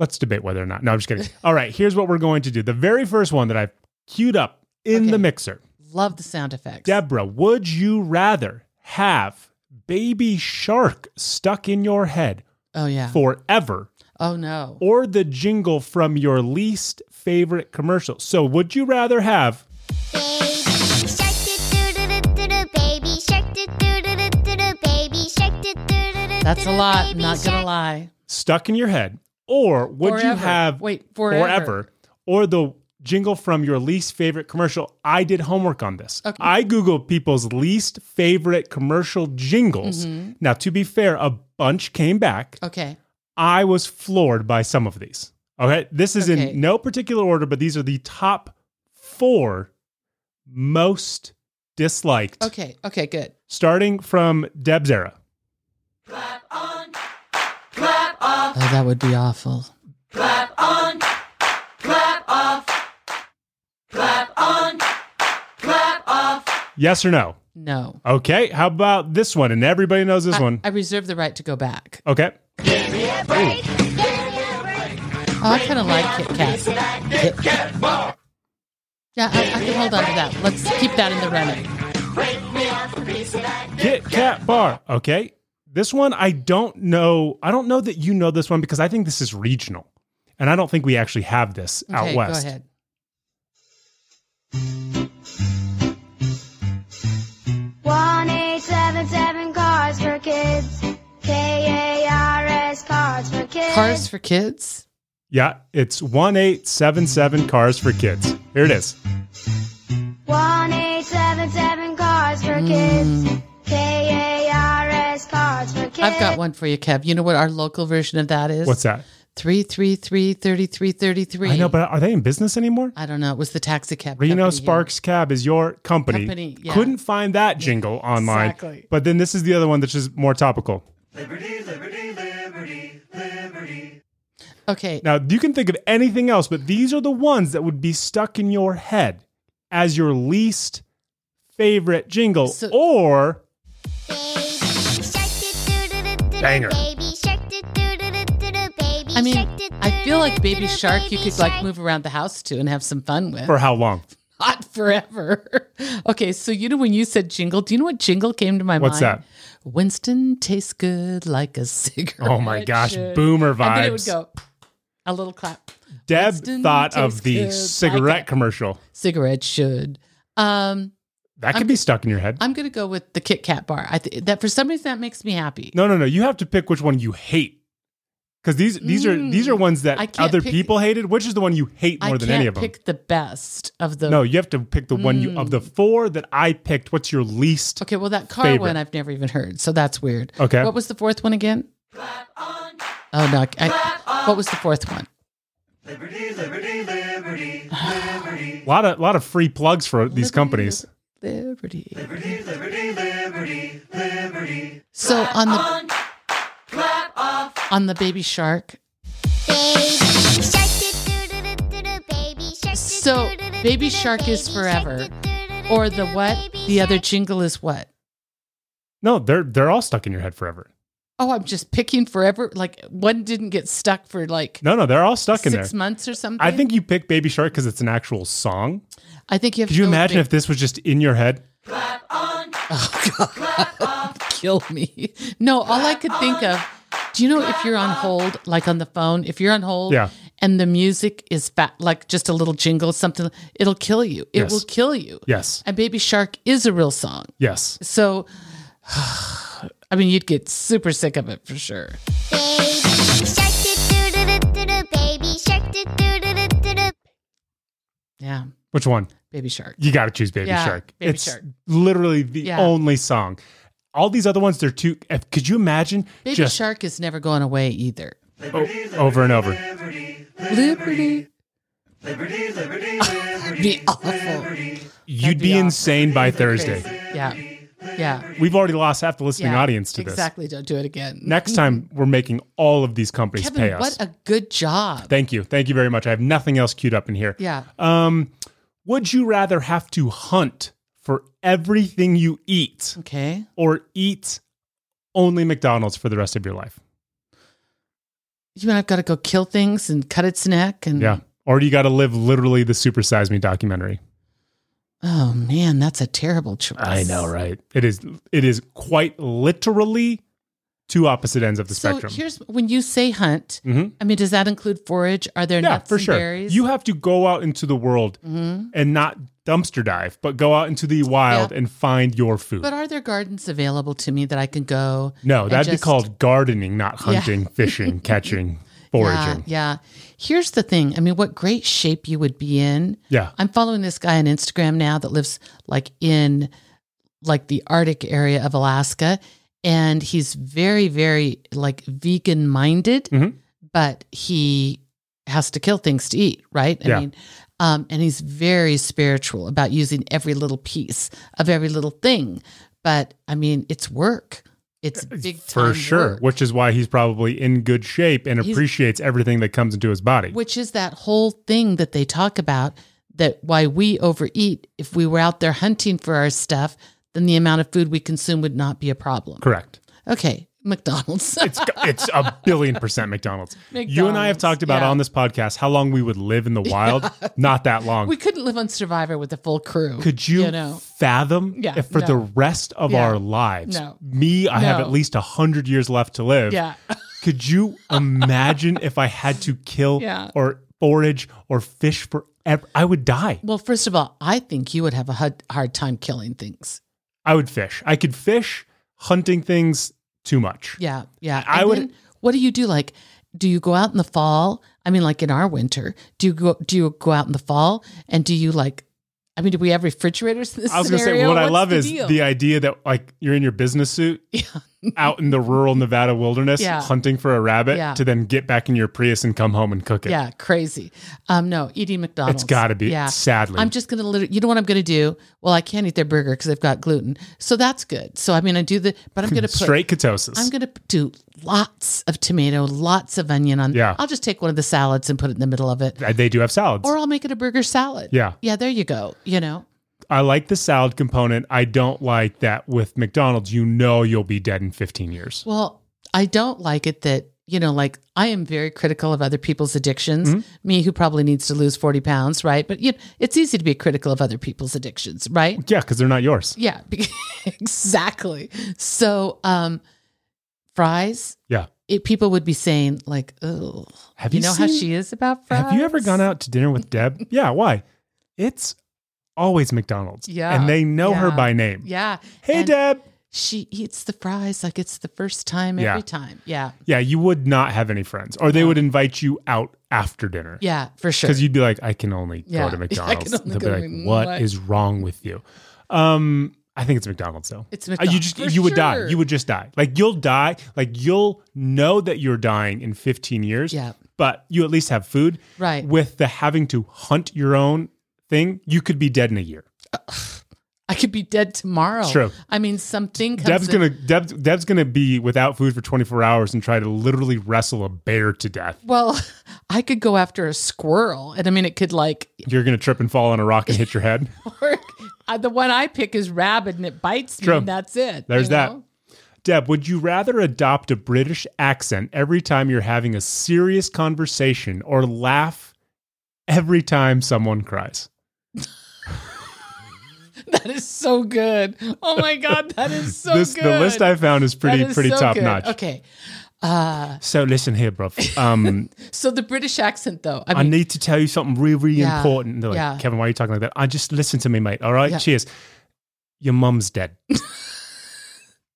[SPEAKER 1] Let's debate whether or not. No, I'm just kidding. All right, here's what we're going to do. The very first one that I've queued up in
[SPEAKER 2] Okay.
[SPEAKER 1] the mixer.
[SPEAKER 2] Love the sound effects.
[SPEAKER 1] Deborah, would you rather have baby shark stuck in your head
[SPEAKER 2] Oh, yeah.
[SPEAKER 1] forever
[SPEAKER 2] Oh, no.
[SPEAKER 1] or the jingle from your least favorite commercial. So, would you rather have
[SPEAKER 4] Baby shark do do do do do baby shark do do do do do do baby shark do do do do
[SPEAKER 2] That's a lot.
[SPEAKER 4] baby
[SPEAKER 2] Not
[SPEAKER 4] shark.
[SPEAKER 2] going to lie.
[SPEAKER 1] stuck in your head, or would you
[SPEAKER 2] Forever.
[SPEAKER 1] have
[SPEAKER 2] Wait, forever.
[SPEAKER 1] or the jingle from your least favorite commercial? I did homework on this. I googled people's least favorite commercial jingles.
[SPEAKER 2] Mm-hmm.
[SPEAKER 1] Now, to be fair, a bunch came back.
[SPEAKER 2] Okay.
[SPEAKER 1] I was floored by some of these. Okay, this is
[SPEAKER 2] Okay.
[SPEAKER 1] in no particular order, but these are the top four most disliked.
[SPEAKER 2] Okay. Okay. Good.
[SPEAKER 1] Starting from Deb's era.
[SPEAKER 2] Oh, that would be awful.
[SPEAKER 1] Yes or no?
[SPEAKER 2] No.
[SPEAKER 1] Okay, how about this one? And everybody knows this
[SPEAKER 2] I-
[SPEAKER 1] one.
[SPEAKER 2] I reserve the right to go back.
[SPEAKER 1] okay.
[SPEAKER 2] Oh, I kind of like Kit Kat. Kit Kat Yeah, I, I can hold on to that. Let's keep that in the running.
[SPEAKER 1] Kit Kat Bar. Okay. This one I don't know. I don't know that you know this one because I think this is regional. And I don't think we actually have this
[SPEAKER 2] Okay,
[SPEAKER 1] out west.
[SPEAKER 2] go ahead.
[SPEAKER 4] One eight seven seven cars for kids. K A R S cars for kids.
[SPEAKER 2] Cars for kids.
[SPEAKER 1] Yeah, it's 1877 Cars for Kids. Here it is.
[SPEAKER 4] One eight seven seven cars for kids. K A R S cars for kids.
[SPEAKER 2] Hmm. I've got one for you, Kev. You know what our local version of that is?
[SPEAKER 1] What's that?
[SPEAKER 2] Three three three thirty three thirty three.
[SPEAKER 1] I know, but are they in business anymore?
[SPEAKER 2] I don't know. It was the taxi cab. Uh, company
[SPEAKER 1] Reno
[SPEAKER 2] here.
[SPEAKER 1] Sparks Cab is your company.
[SPEAKER 2] Company, yeah.
[SPEAKER 1] Couldn't find that jingle online.
[SPEAKER 2] exactly.
[SPEAKER 1] But then this is the other one that's just more topical.
[SPEAKER 2] Okay.
[SPEAKER 1] Now, you can think of anything else, but these are the ones that would be stuck in your head as your least favorite jingle.
[SPEAKER 2] So-
[SPEAKER 1] or
[SPEAKER 4] Baby shark do do do do do
[SPEAKER 1] Banger.
[SPEAKER 4] baby shark do do do do do do baby
[SPEAKER 2] I mean,
[SPEAKER 4] shark do do
[SPEAKER 2] I feel like Baby Shark. You could like
[SPEAKER 4] shark.
[SPEAKER 2] move around the house to and have some fun with.
[SPEAKER 1] for how long?
[SPEAKER 2] Not forever. okay, so you know when you said jingle, do you know what jingle came to my
[SPEAKER 1] What's
[SPEAKER 2] mind?
[SPEAKER 1] that?
[SPEAKER 2] Winston tastes good like a cigarette.
[SPEAKER 1] Oh my gosh,
[SPEAKER 2] should.
[SPEAKER 1] boomer
[SPEAKER 2] And then it would
[SPEAKER 1] vibes.
[SPEAKER 2] go a little clap.
[SPEAKER 1] Deb
[SPEAKER 2] Winston
[SPEAKER 1] thought of
[SPEAKER 2] tastes
[SPEAKER 1] the
[SPEAKER 2] good
[SPEAKER 1] cigarette
[SPEAKER 2] like a-
[SPEAKER 1] commercial.
[SPEAKER 2] Cigarette should. Um,
[SPEAKER 1] That could be stuck in your head.
[SPEAKER 2] I'm gonna go with the Kit Kat bar. I th- that for some reason that makes me happy.
[SPEAKER 1] no, no, no. You have to pick which one you hate. Because these these are these are ones
[SPEAKER 2] Mm. I
[SPEAKER 1] that
[SPEAKER 2] can't
[SPEAKER 1] other
[SPEAKER 2] pick-
[SPEAKER 1] people hated. Which is the one you hate more
[SPEAKER 2] I
[SPEAKER 1] than
[SPEAKER 2] can't
[SPEAKER 1] any of them?
[SPEAKER 2] pick the Mm. best of the.
[SPEAKER 1] no, you have to pick the one you of the four that I picked. What's your least?
[SPEAKER 2] Okay, well that car
[SPEAKER 1] Favorite.
[SPEAKER 2] one I've never even heard, so that's weird.
[SPEAKER 1] Okay.
[SPEAKER 2] What was the fourth one again? Oh no! I, what was the fourth one?
[SPEAKER 1] A lot of lot of free plugs for these companies.
[SPEAKER 2] Liberty. Liberty, liberty, liberty, liberty. So on the on the baby shark.
[SPEAKER 4] Baby shark do do do do do baby shark.
[SPEAKER 2] So baby shark is forever, or the what? The other jingle is what?
[SPEAKER 1] No, they're they're all stuck in your head forever.
[SPEAKER 2] Oh, I'm just picking forever. Like one didn't get stuck for like
[SPEAKER 1] No, no, they're all stuck in there.
[SPEAKER 2] six months or something.
[SPEAKER 1] I think you pick Baby Shark because it's an actual song.
[SPEAKER 2] I think you have.
[SPEAKER 1] Could
[SPEAKER 2] to
[SPEAKER 1] you
[SPEAKER 2] go with
[SPEAKER 1] imagine
[SPEAKER 2] Baby-
[SPEAKER 1] if this was just in your head?
[SPEAKER 2] kill me. No, all I could think of. Do you know if you're on hold, like on the phone, if you're on hold,
[SPEAKER 1] Yeah.
[SPEAKER 2] and the music is fat, like just a little jingle, something, it'll kill you. It
[SPEAKER 1] Yes.
[SPEAKER 2] will kill you.
[SPEAKER 1] Yes.
[SPEAKER 2] And Baby Shark is a real song,
[SPEAKER 1] Yes.
[SPEAKER 2] so I mean, you'd get super sick of it for sure.
[SPEAKER 4] Baby shark do do do do do baby shark do do do do do do.
[SPEAKER 2] Yeah,
[SPEAKER 1] Which one?
[SPEAKER 2] Baby Shark.
[SPEAKER 1] You got to choose Baby
[SPEAKER 2] Yeah,
[SPEAKER 1] Shark.
[SPEAKER 2] Baby
[SPEAKER 1] it's
[SPEAKER 2] Shark.
[SPEAKER 1] literally the
[SPEAKER 2] Yeah.
[SPEAKER 1] only song. All these other ones, they're too. if- Could you imagine
[SPEAKER 2] Baby
[SPEAKER 1] just
[SPEAKER 2] Shark is never going away either.
[SPEAKER 1] o- over and over?
[SPEAKER 2] Liberty. Liberty, be awful.
[SPEAKER 1] You'd
[SPEAKER 2] be
[SPEAKER 1] be,
[SPEAKER 2] awesome.
[SPEAKER 1] insane by Thursday.
[SPEAKER 2] Yeah, yeah.
[SPEAKER 1] We've already lost half the listening
[SPEAKER 2] yeah.
[SPEAKER 1] audience to
[SPEAKER 2] Exactly. Don't do it again.
[SPEAKER 1] this. Next time, we're making all of these companies
[SPEAKER 2] Kevin,
[SPEAKER 1] pay us.
[SPEAKER 2] what a good job.
[SPEAKER 1] Thank you. Thank you very much. I have nothing else queued up in here.
[SPEAKER 2] yeah.
[SPEAKER 1] Um, would you rather have to hunt for everything you eat
[SPEAKER 2] Okay.
[SPEAKER 1] or eat only McDonald's for the rest of your life?
[SPEAKER 2] You mean I've got to go kill things and cut its neck and
[SPEAKER 1] Yeah. Or do you got to live literally the Super Size Me documentary?
[SPEAKER 2] Oh man, that's a terrible choice.
[SPEAKER 1] I know, right? It is. It is quite literally two opposite ends of the
[SPEAKER 2] So
[SPEAKER 1] spectrum. Mm-hmm.
[SPEAKER 2] here's when you say hunt. I mean, does that include forage? Are there
[SPEAKER 1] yeah,
[SPEAKER 2] nuts
[SPEAKER 1] for
[SPEAKER 2] and
[SPEAKER 1] sure.
[SPEAKER 2] berries? Mm-hmm.
[SPEAKER 1] You have to go out into the world and not dumpster dive, but go out into the wild
[SPEAKER 2] Yeah.
[SPEAKER 1] and find your food.
[SPEAKER 2] but are there gardens available to me that I can go?
[SPEAKER 1] no,
[SPEAKER 2] and
[SPEAKER 1] that'd
[SPEAKER 2] just-
[SPEAKER 1] be called gardening, not hunting, fishing, catching,
[SPEAKER 2] Yeah,
[SPEAKER 1] foraging.
[SPEAKER 2] yeah. Here's the thing. I mean, what great shape you would be in.
[SPEAKER 1] Yeah.
[SPEAKER 2] I'm following this guy on Instagram now that lives like in like the Arctic area of Alaska and he's very very like vegan minded
[SPEAKER 1] Mhm.
[SPEAKER 2] but he has to kill things to eat, right? I
[SPEAKER 1] Yeah.
[SPEAKER 2] mean um and he's very spiritual about using every little piece of every little thing. But I mean, it's work. It's big time
[SPEAKER 1] Uh, For sure,
[SPEAKER 2] work.
[SPEAKER 1] which is why he's probably in good shape and
[SPEAKER 2] He's-
[SPEAKER 1] appreciates everything that comes into his body.
[SPEAKER 2] which is that whole thing that they talk about that why we overeat if we were out there hunting for our stuff then the amount of food we consume would not be a problem
[SPEAKER 1] Correct.
[SPEAKER 2] okay mcdonald's
[SPEAKER 1] It's it's a billion percent McDonald's. You and I have
[SPEAKER 2] McDonald's,
[SPEAKER 1] talked about
[SPEAKER 2] yeah.
[SPEAKER 1] on this podcast how long we would live in the wild. Not that long.
[SPEAKER 2] we couldn't live on survivor with a full crew
[SPEAKER 1] Could you,
[SPEAKER 2] know
[SPEAKER 1] fathom
[SPEAKER 2] Yeah,
[SPEAKER 1] if for
[SPEAKER 2] no.
[SPEAKER 1] the rest of
[SPEAKER 2] Yeah.
[SPEAKER 1] our lives,
[SPEAKER 2] No.
[SPEAKER 1] me, I have
[SPEAKER 2] No.
[SPEAKER 1] at least a hundred years left to live.
[SPEAKER 2] yeah
[SPEAKER 1] Could you imagine if I had to kill
[SPEAKER 2] Yeah.
[SPEAKER 1] or forage or fish forever? I would die.
[SPEAKER 2] well first of all i think you would have a hard, hard time killing things
[SPEAKER 1] I would fish. I could fish hunting things too much.
[SPEAKER 2] yeah yeah
[SPEAKER 1] I
[SPEAKER 2] And
[SPEAKER 1] would-
[SPEAKER 2] then what do you do like do you go out in the fall i mean like in our winter do you go do you go out in the fall and do you like i mean do we have refrigerators in this
[SPEAKER 1] I was going to say,
[SPEAKER 2] scenario?
[SPEAKER 1] what I
[SPEAKER 2] What's
[SPEAKER 1] love
[SPEAKER 2] the
[SPEAKER 1] is
[SPEAKER 2] deal?
[SPEAKER 1] the idea that like you're in your business suit out in the rural Nevada wilderness
[SPEAKER 2] Yeah.
[SPEAKER 1] hunting for a rabbit
[SPEAKER 2] Yeah.
[SPEAKER 1] to then get back in your Prius and come home and cook it.
[SPEAKER 2] Yeah, crazy. Um, no, eating McDonald's.
[SPEAKER 1] It's got to be,
[SPEAKER 2] Yeah.
[SPEAKER 1] sadly.
[SPEAKER 2] I'm just gonna literally. You know what I'm gonna do? Well, I can't eat their burger because they've got gluten. So that's good. So I mean, I do the, but I'm gonna put.
[SPEAKER 1] Straight ketosis.
[SPEAKER 2] I'm gonna do lots of tomato, lots of onion on.
[SPEAKER 1] Yeah.
[SPEAKER 2] I'll just take one of the salads and put it in the middle of it,
[SPEAKER 1] Uh, They do have salads.
[SPEAKER 2] or I'll make it a burger salad.
[SPEAKER 1] Yeah.
[SPEAKER 2] Yeah. There you go. You know.
[SPEAKER 1] I like the salad component. I don't like that with McDonald's, you know you'll be dead in 15 years.
[SPEAKER 2] Well, I don't like it that, you know, like I am very critical of other people's addictions.
[SPEAKER 1] Mm-hmm.
[SPEAKER 2] Me, who probably needs to lose 40 pounds, right? But you know, it's easy to be critical of other people's addictions, right?
[SPEAKER 1] Yeah, because they're not yours.
[SPEAKER 2] Yeah, be- exactly. So, um, fries,
[SPEAKER 1] Yeah.
[SPEAKER 2] it, people would be saying, like, oh,
[SPEAKER 1] Have
[SPEAKER 2] you,
[SPEAKER 1] you
[SPEAKER 2] know how
[SPEAKER 1] seen-
[SPEAKER 2] she is about fries?
[SPEAKER 1] Have you ever gone out to dinner with Deb? Yeah, why? It's always McDonald's.
[SPEAKER 2] Yeah,
[SPEAKER 1] And they know her
[SPEAKER 2] yeah.
[SPEAKER 1] by name.
[SPEAKER 2] Yeah.
[SPEAKER 1] Hey,
[SPEAKER 2] And
[SPEAKER 1] Deb.
[SPEAKER 2] She eats the fries like it's the first time
[SPEAKER 1] Yeah.
[SPEAKER 2] every time. Yeah.
[SPEAKER 1] Yeah, you would not have any friends, or they would invite you out after dinner.
[SPEAKER 2] Yeah, for sure.
[SPEAKER 1] Because you'd be like, I can only
[SPEAKER 2] Yeah.
[SPEAKER 1] go to
[SPEAKER 2] I can
[SPEAKER 1] McDonald's.
[SPEAKER 2] only
[SPEAKER 1] They'll be
[SPEAKER 2] go to
[SPEAKER 1] like,
[SPEAKER 2] Mc-
[SPEAKER 1] what is wrong with you? Um, I think it's McDonald's though.
[SPEAKER 2] It's
[SPEAKER 1] Uh, You
[SPEAKER 2] McDonald's,
[SPEAKER 1] just
[SPEAKER 2] for
[SPEAKER 1] you would die.
[SPEAKER 2] sure.
[SPEAKER 1] You would just die. Like you'll die. Like you'll know that you're dying in 15 years.
[SPEAKER 2] Yeah.
[SPEAKER 1] But you at least have food.
[SPEAKER 2] Right.
[SPEAKER 1] With the having to hunt your own thing, you could be dead in a year.
[SPEAKER 2] I could be dead tomorrow.
[SPEAKER 1] True.
[SPEAKER 2] I mean, something comes
[SPEAKER 1] Deb's
[SPEAKER 2] in-
[SPEAKER 1] gonna Deb, Deb's gonna be without food for 24 hours and try to literally wrestle a bear to death.
[SPEAKER 2] Well, I could go after a squirrel, and I mean, it could like
[SPEAKER 1] You're gonna trip and fall on a rock and hit your head.
[SPEAKER 2] work. Uh, the one I pick is rabid, and it bites me,
[SPEAKER 1] True.
[SPEAKER 2] and that's it.
[SPEAKER 1] There's
[SPEAKER 2] you
[SPEAKER 1] that.
[SPEAKER 2] know?
[SPEAKER 1] Deb, would you rather adopt a British accent every time you're having a serious conversation or laugh every time someone cries?
[SPEAKER 2] That is so good. Oh my god, that is so
[SPEAKER 1] this
[SPEAKER 2] good.
[SPEAKER 1] the list I found is
[SPEAKER 2] That
[SPEAKER 1] pretty
[SPEAKER 2] is
[SPEAKER 1] pretty
[SPEAKER 2] so
[SPEAKER 1] top
[SPEAKER 2] good.
[SPEAKER 1] notch.
[SPEAKER 2] Okay,
[SPEAKER 1] So listen here, bro. Um,
[SPEAKER 2] so the British accent, though. I
[SPEAKER 1] I
[SPEAKER 2] mean,
[SPEAKER 1] need to tell you something really, really
[SPEAKER 2] Yeah,
[SPEAKER 1] important. They're like,
[SPEAKER 2] yeah.
[SPEAKER 1] Kevin, why are you talking like that? I just listen to me, mate. All right,
[SPEAKER 2] Yeah.
[SPEAKER 1] cheers. Your mum's dead.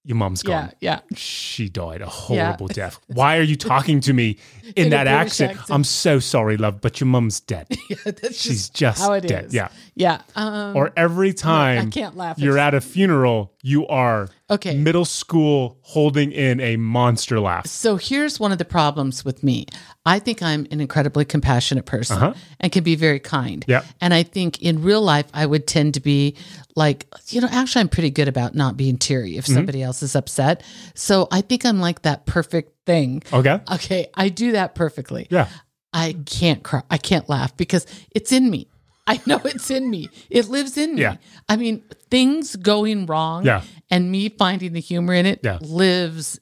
[SPEAKER 1] Your mum's gone.
[SPEAKER 2] yeah, yeah.
[SPEAKER 1] she died a horrible death. Why are you talking to me in,
[SPEAKER 2] In a
[SPEAKER 1] that
[SPEAKER 2] British
[SPEAKER 1] accent?
[SPEAKER 2] accent.
[SPEAKER 1] I'm so sorry, love, but your mum's dead.
[SPEAKER 2] That's
[SPEAKER 1] She's just
[SPEAKER 2] how it is.
[SPEAKER 1] dead. Yeah.
[SPEAKER 2] yeah. Um,
[SPEAKER 1] Or every time
[SPEAKER 2] can't laugh at
[SPEAKER 1] you're
[SPEAKER 2] you.
[SPEAKER 1] at a funeral, you are
[SPEAKER 2] Okay.
[SPEAKER 1] middle school holding in a monster laugh.
[SPEAKER 2] so here's one of the problems with me. I think I'm an incredibly compassionate person
[SPEAKER 1] Uh-huh.
[SPEAKER 2] and can be very kind.
[SPEAKER 1] Yep.
[SPEAKER 2] And I think in real life, I would tend to be like, you know, actually, I'm pretty good about not being teary
[SPEAKER 1] Mm-hmm.
[SPEAKER 2] if somebody else is upset. So I think I'm like that perfect thing.
[SPEAKER 1] Okay.
[SPEAKER 2] Okay, I do that perfectly.
[SPEAKER 1] Yeah.
[SPEAKER 2] I can't cry. I can't laugh because it's in me. I know it's in me. It lives in me.
[SPEAKER 1] Yeah.
[SPEAKER 2] I mean, things going wrong
[SPEAKER 1] Yeah.
[SPEAKER 2] and me finding the humor in it
[SPEAKER 1] Yeah.
[SPEAKER 2] lives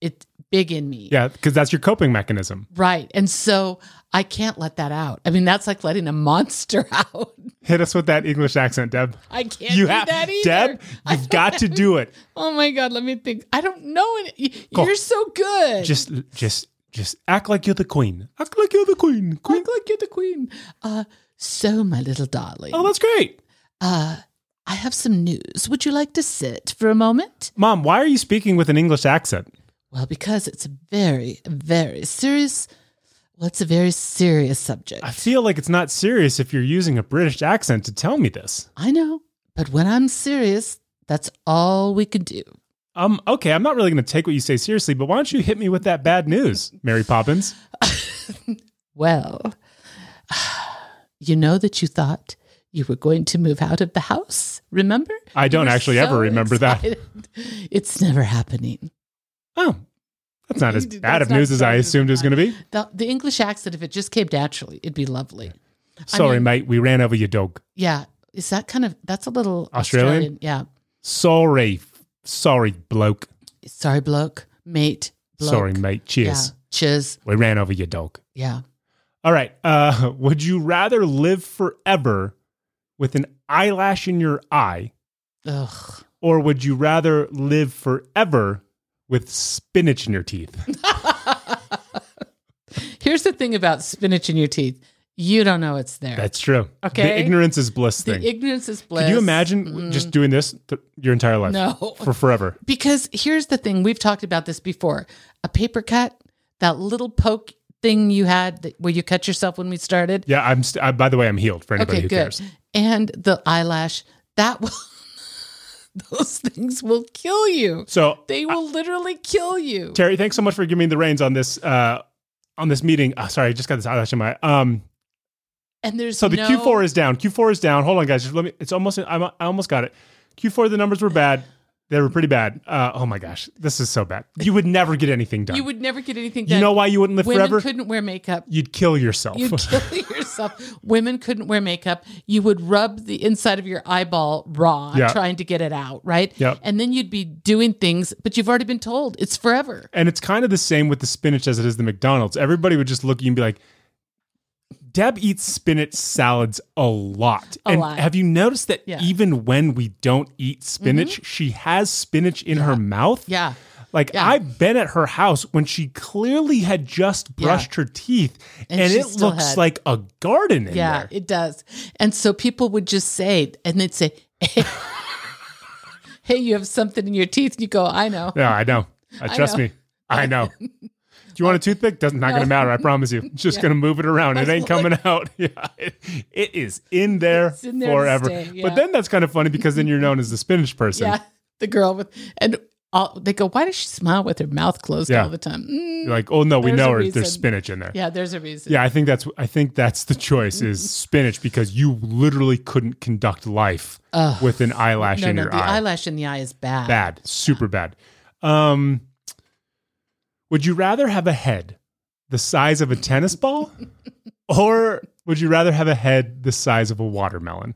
[SPEAKER 2] it big in me.
[SPEAKER 1] Yeah, because that's your coping mechanism.
[SPEAKER 2] Right. And so I can't let that out. I mean, that's like letting a monster out.
[SPEAKER 1] Hit us with that English accent, Deb.
[SPEAKER 2] I can't
[SPEAKER 1] you
[SPEAKER 2] do
[SPEAKER 1] have
[SPEAKER 2] that either.
[SPEAKER 1] Deb.
[SPEAKER 2] I
[SPEAKER 1] You've got to do it.
[SPEAKER 2] Oh my God, let me think. I don't know. Any, y-
[SPEAKER 1] Go.
[SPEAKER 2] You're so good.
[SPEAKER 1] Just, just, just act like you're the queen. Act like you're the queen. Queen.
[SPEAKER 2] Act like you're the queen. Uh, so, my little darling,
[SPEAKER 1] Oh, that's great,
[SPEAKER 2] uh, I have some news. Would you like to sit for a moment?
[SPEAKER 1] Mom. Why are you speaking with an English accent?
[SPEAKER 2] Well, because it's a very, very serious. Well, it's a very serious subject.
[SPEAKER 1] I feel like it's not serious if you're using a British accent to tell me this.
[SPEAKER 2] I know, but when I'm serious, that's all we can do.
[SPEAKER 1] Um, okay, I'm not really going to take what you say seriously, but why don't you hit me with that bad news, Mary Poppins?
[SPEAKER 2] Well, you know that you thought you were going to move out of the house, remember?
[SPEAKER 1] I don't actually ever remember that.
[SPEAKER 2] that. It's never happening.
[SPEAKER 1] Oh, that's not as
[SPEAKER 2] That's
[SPEAKER 1] bad of
[SPEAKER 2] not
[SPEAKER 1] news as I
[SPEAKER 2] bad as
[SPEAKER 1] assumed it was
[SPEAKER 2] bad.
[SPEAKER 1] going to be.
[SPEAKER 2] The, the English accent, if it just came naturally, it'd be lovely.
[SPEAKER 1] Sorry,
[SPEAKER 2] mean-
[SPEAKER 1] mate, we ran over your dog.
[SPEAKER 2] Yeah. Is that kind of, that's a little
[SPEAKER 1] Australian?
[SPEAKER 2] Australian. Yeah.
[SPEAKER 1] Sorry, sorry, bloke.
[SPEAKER 2] Sorry, bloke, mate. Bloke.
[SPEAKER 1] Sorry, mate. Cheers.
[SPEAKER 2] Yeah. Cheers.
[SPEAKER 1] We ran over your dog.
[SPEAKER 2] Yeah.
[SPEAKER 1] All right. Uh, would you rather live forever with an eyelash in your eye,
[SPEAKER 2] Ugh.
[SPEAKER 1] or would you rather live forever with spinach in your teeth?
[SPEAKER 2] Here's the thing about spinach in your teeth. You don't know it's there.
[SPEAKER 1] That's true. The
[SPEAKER 2] Okay.
[SPEAKER 1] ignorance is bliss
[SPEAKER 2] the
[SPEAKER 1] thing.
[SPEAKER 2] ignorance is bliss.
[SPEAKER 1] Could you imagine just doing this th- your entire life?
[SPEAKER 2] No.
[SPEAKER 1] For forever.
[SPEAKER 2] Because here's the thing we've talked about this before a paper cut, that little poke thing you had that, where you cut yourself when we started.
[SPEAKER 1] Yeah, I'm. St- I, by the way, I'm healed. For anybody
[SPEAKER 2] okay,
[SPEAKER 1] who
[SPEAKER 2] good.
[SPEAKER 1] cares,
[SPEAKER 2] And the eyelash, that will, those things will kill you.
[SPEAKER 1] so
[SPEAKER 2] They will literally kill you.
[SPEAKER 1] Terry, thanks so much for giving me the reins on this uh, on this meeting. Oh, sorry, I just got this eyelash in my. Um,
[SPEAKER 2] And there's
[SPEAKER 1] so the
[SPEAKER 2] no-
[SPEAKER 1] Q4 is down. Q4 is down. Hold on, guys. Just let me. It's almost. I'm, I almost got it. Q4. The numbers were bad. They were pretty bad. Uh, oh my gosh, this is so bad. You would never get anything done.
[SPEAKER 2] You would never get anything
[SPEAKER 1] You
[SPEAKER 2] done.
[SPEAKER 1] know why you wouldn't live
[SPEAKER 2] Women
[SPEAKER 1] forever?
[SPEAKER 2] couldn't wear makeup.
[SPEAKER 1] You'd kill yourself.
[SPEAKER 2] You'd kill yourself. Women couldn't wear makeup. You would rub the inside of your eyeball raw,
[SPEAKER 1] Yeah.
[SPEAKER 2] trying to get it out, right?
[SPEAKER 1] Yep.
[SPEAKER 2] And then you'd be doing things, but you've already been told it's forever.
[SPEAKER 1] And it's kind of the same with the spinach as it is the McDonald's. Everybody would just look at you and be like, Deb eats spinach salads a lot.
[SPEAKER 2] A
[SPEAKER 1] and
[SPEAKER 2] lot.
[SPEAKER 1] have you noticed that
[SPEAKER 2] Yeah. Mm-hmm.
[SPEAKER 1] even when we don't eat spinach, she has spinach in her mouth?
[SPEAKER 2] Yeah.
[SPEAKER 1] Like
[SPEAKER 2] Yeah.
[SPEAKER 1] I've been at her house when she clearly had just brushed her teeth and,
[SPEAKER 2] And she
[SPEAKER 1] it
[SPEAKER 2] still
[SPEAKER 1] looks
[SPEAKER 2] had-
[SPEAKER 1] like a garden in
[SPEAKER 2] Yeah,
[SPEAKER 1] there.
[SPEAKER 2] it does. And so people would just say, and they'd say, hey, hey, you have something in your teeth. And you go, I know.
[SPEAKER 1] Yeah, I know. Uh,
[SPEAKER 2] I
[SPEAKER 1] trust
[SPEAKER 2] know.
[SPEAKER 1] me. I know. Do you want a toothpick? Doesn't not gonna matter. I promise you. Just gonna move it around. It ain't coming out. Yeah, it, it is in there,
[SPEAKER 2] in there to
[SPEAKER 1] forever.
[SPEAKER 2] stay, yeah.
[SPEAKER 1] But then that's kind of funny because then you're known as the spinach person.
[SPEAKER 2] Yeah. The girl with, and all, they go, why does she smile with her mouth closed
[SPEAKER 1] Yeah.
[SPEAKER 2] all the time? Mm,
[SPEAKER 1] You're like, oh no, we
[SPEAKER 2] There's
[SPEAKER 1] know
[SPEAKER 2] a
[SPEAKER 1] her. There's
[SPEAKER 2] reason.
[SPEAKER 1] spinach in there. Yeah.
[SPEAKER 2] yeah, Mm-hmm. there's a reason.
[SPEAKER 1] I think that's I think that's the choice is spinach because you literally couldn't conduct life with an eyelash
[SPEAKER 2] no,
[SPEAKER 1] in
[SPEAKER 2] no,
[SPEAKER 1] your
[SPEAKER 2] the
[SPEAKER 1] eye.
[SPEAKER 2] eyelash in the eye is bad.
[SPEAKER 1] bad, super bad. Um, would you rather have a head the size of a tennis ball, or would you rather have a head the size of a watermelon?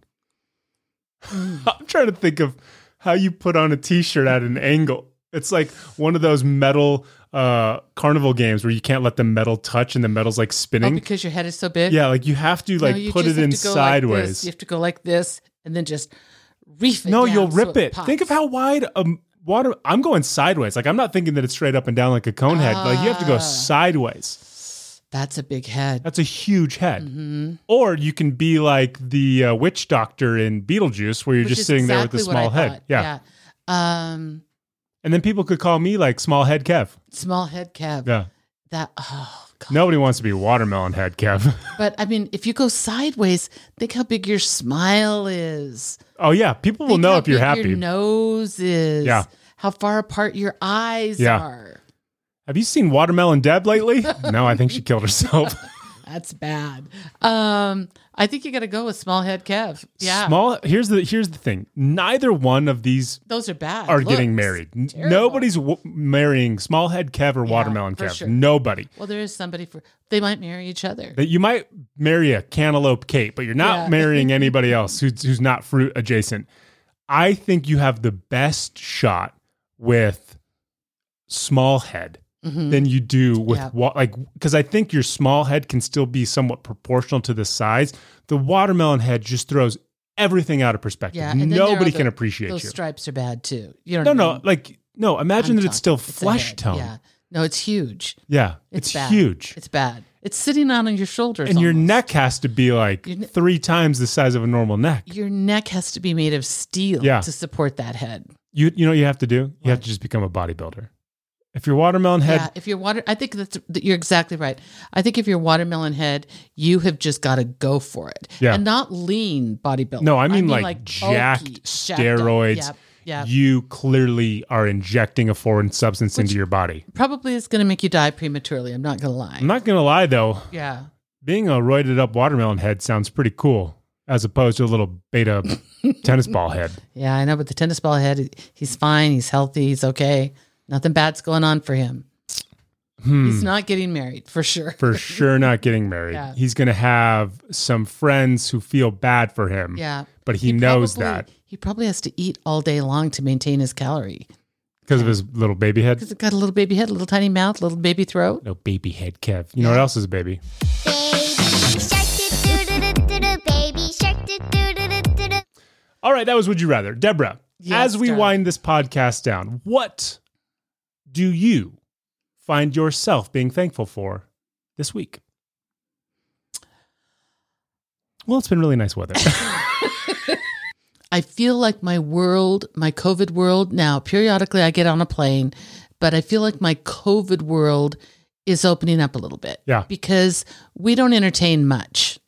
[SPEAKER 2] Hmm.
[SPEAKER 1] I'm trying to think of how you put on a t-shirt at an angle. It's like one of those metal uh, carnival games where you can't let the metal touch and the metal's like
[SPEAKER 2] Oh,
[SPEAKER 1] spinning.
[SPEAKER 2] because your head is so big?
[SPEAKER 1] yeah, like you have to
[SPEAKER 2] No,
[SPEAKER 1] like
[SPEAKER 2] you
[SPEAKER 1] put
[SPEAKER 2] just
[SPEAKER 1] it in
[SPEAKER 2] have to go like this.
[SPEAKER 1] sideways.
[SPEAKER 2] you have to go like this and then just reef it.
[SPEAKER 1] No,
[SPEAKER 2] down
[SPEAKER 1] you'll
[SPEAKER 2] so
[SPEAKER 1] rip it. Think of
[SPEAKER 2] pops.
[SPEAKER 1] how wide a m- water. I'm going sideways. Like I'm not thinking that it's straight up and down like a cone head. Like you have
[SPEAKER 2] Ah.
[SPEAKER 1] to go sideways.
[SPEAKER 2] That's a big head.
[SPEAKER 1] That's a huge head.
[SPEAKER 2] Mm-hmm.
[SPEAKER 1] Or you can be like the uh, witch doctor in Beetlejuice, where you're
[SPEAKER 2] Which
[SPEAKER 1] just
[SPEAKER 2] is
[SPEAKER 1] sitting there with a
[SPEAKER 2] exactly what I
[SPEAKER 1] small head.
[SPEAKER 2] thought.
[SPEAKER 1] Yeah.
[SPEAKER 2] yeah. Um,
[SPEAKER 1] and then people could call me like small head Kev.
[SPEAKER 2] small head Kev.
[SPEAKER 1] Yeah,
[SPEAKER 2] That oh god.
[SPEAKER 1] nobody wants to be watermelon head Kev.
[SPEAKER 2] But I mean, if you go sideways, think how big your smile is.
[SPEAKER 1] oh yeah, people will
[SPEAKER 2] Think
[SPEAKER 1] know
[SPEAKER 2] how
[SPEAKER 1] if you're
[SPEAKER 2] big
[SPEAKER 1] happy.
[SPEAKER 2] Your nose is.
[SPEAKER 1] Yeah.
[SPEAKER 2] How far apart your eyes
[SPEAKER 1] Yeah.
[SPEAKER 2] are.
[SPEAKER 1] Have you seen Watermelon Deb lately? no, I think she killed herself.
[SPEAKER 2] That's bad. Um, I think you got to go with small head Kev. Yeah.
[SPEAKER 1] Small. Here's the here's the thing. Neither one of these
[SPEAKER 2] Those are bad.
[SPEAKER 1] are getting
[SPEAKER 2] looks.
[SPEAKER 1] married. N-
[SPEAKER 2] Terrible.
[SPEAKER 1] Nobody's w- marrying small head Kev or watermelon
[SPEAKER 2] for
[SPEAKER 1] Kev.
[SPEAKER 2] sure.
[SPEAKER 1] Nobody.
[SPEAKER 2] Well, there is somebody for they might marry each other.
[SPEAKER 1] That you might marry a cantaloupe Kate, but you're not
[SPEAKER 2] Yeah.
[SPEAKER 1] marrying anybody else who's, who's not fruit adjacent. I think you have the best shot with small head than you do with
[SPEAKER 2] Mm-hmm. Yeah.
[SPEAKER 1] wa- like because I think your small head can still be somewhat proportional to the size. The watermelon head just throws everything out of perspective.
[SPEAKER 2] Yeah. and then there are
[SPEAKER 1] Nobody
[SPEAKER 2] the-
[SPEAKER 1] can appreciate
[SPEAKER 2] Those
[SPEAKER 1] you.
[SPEAKER 2] stripes are bad too. You
[SPEAKER 1] no,
[SPEAKER 2] don't
[SPEAKER 1] no, like no. Imagine that it's still flesh tone.
[SPEAKER 2] Yeah.
[SPEAKER 1] Yeah,
[SPEAKER 2] No, it's huge. It's, bad.
[SPEAKER 1] huge.
[SPEAKER 2] It's bad. It's sitting on your shoulders.
[SPEAKER 1] and your
[SPEAKER 2] almost.
[SPEAKER 1] neck has to be like
[SPEAKER 2] Your ne-
[SPEAKER 1] three times the size of a normal neck.
[SPEAKER 2] Your neck has to be made of steel
[SPEAKER 1] Yeah.
[SPEAKER 2] to support that head.
[SPEAKER 1] You you know what you have to do? You have to just become a bodybuilder. If your watermelon head
[SPEAKER 2] Yeah, if you're water, I think that's that you're exactly right. I think if you're watermelon head, you have just got to go for it.
[SPEAKER 1] Yeah.
[SPEAKER 2] and not lean bodybuilder.
[SPEAKER 1] No, I mean, like,
[SPEAKER 2] bulky,
[SPEAKER 1] jacked
[SPEAKER 2] jacked up.
[SPEAKER 1] steroids.
[SPEAKER 2] Yep, yep.
[SPEAKER 1] you clearly are injecting a foreign substance
[SPEAKER 2] Which-
[SPEAKER 1] into your body.
[SPEAKER 2] Probably is going to make you die prematurely. I'm not going to lie.
[SPEAKER 1] I'm not gonna lie though,
[SPEAKER 2] yeah,
[SPEAKER 1] being a roided up watermelon head sounds pretty cool as opposed to a little beta tennis ball head.
[SPEAKER 2] yeah, I know. But the tennis ball head, he- he's fine. He's healthy. He's okay. Nothing bad's going on for him. He's not getting married for sure.
[SPEAKER 1] Hmm. For sure, not getting married.
[SPEAKER 2] Yeah.
[SPEAKER 1] He's gonna have some friends who feel bad for him.
[SPEAKER 2] yeah,
[SPEAKER 1] but he, knows
[SPEAKER 2] probably-
[SPEAKER 1] that
[SPEAKER 2] he probably has to eat all day long to maintain his calorie
[SPEAKER 1] because of his little baby head.
[SPEAKER 2] because it got a little baby head, a little tiny mouth, little baby throat.
[SPEAKER 1] No baby head, Kev. You know what else is a baby?
[SPEAKER 4] Baby shark do do do do do do.
[SPEAKER 1] All right, that was Would You Rather. Deborah,
[SPEAKER 2] Yes,
[SPEAKER 1] as we
[SPEAKER 2] Doug.
[SPEAKER 1] wind this podcast down, what do you find yourself being thankful for this week? Well, it's been really nice weather.
[SPEAKER 2] I feel like my world, my COVID world now, periodically I get on a plane, but I feel like my COVID world is opening up a little bit.
[SPEAKER 1] Yeah.
[SPEAKER 2] Because we don't entertain much.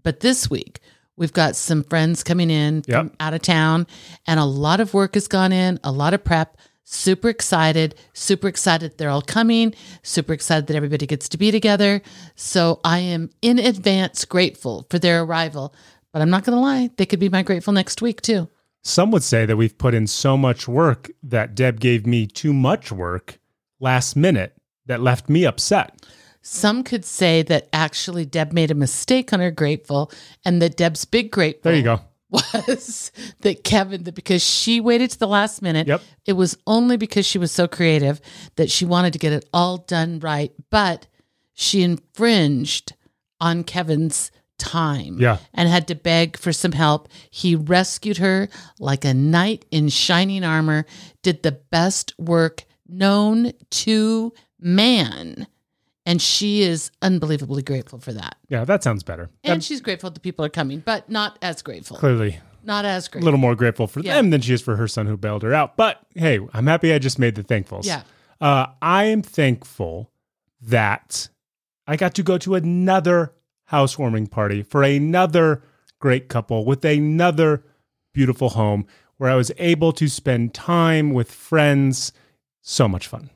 [SPEAKER 2] But this week, we've got some friends coming in from
[SPEAKER 1] Yep.
[SPEAKER 2] out of town, and a lot of work has gone in, a lot of prep. Super excited, super excited they're all coming, super excited that everybody gets to be together. So I am in advance grateful for their arrival. But I'm not going to lie, they could be my grateful next week too.
[SPEAKER 1] Some would say that we've put in so much work that Deb gave me too much work last minute that left me upset.
[SPEAKER 2] Some could say that actually Deb made a mistake on her grateful, and that Deb's big grateful
[SPEAKER 1] There you go.
[SPEAKER 2] was that Kevin, that because she waited to the last minute,
[SPEAKER 1] Yep.
[SPEAKER 2] it was only because she was so creative that she wanted to get it all done right, but she infringed on Kevin's time
[SPEAKER 1] Yeah.
[SPEAKER 2] and had to beg for some help. He rescued her like a knight in shining armor, did the best work known to man. And she is unbelievably grateful for that.
[SPEAKER 1] Yeah, that sounds better.
[SPEAKER 2] And she's grateful that people are coming, but not as grateful.
[SPEAKER 1] Clearly,
[SPEAKER 2] Not as
[SPEAKER 1] a
[SPEAKER 2] grateful.
[SPEAKER 1] little more grateful for
[SPEAKER 2] Yeah.
[SPEAKER 1] them than she is for her son who bailed her out. But hey, I'm happy I just made the thankfuls.
[SPEAKER 2] Yeah.
[SPEAKER 1] Uh, I am thankful that I got to go to another housewarming party for another great couple with another beautiful home where I was able to spend time with friends. So much fun.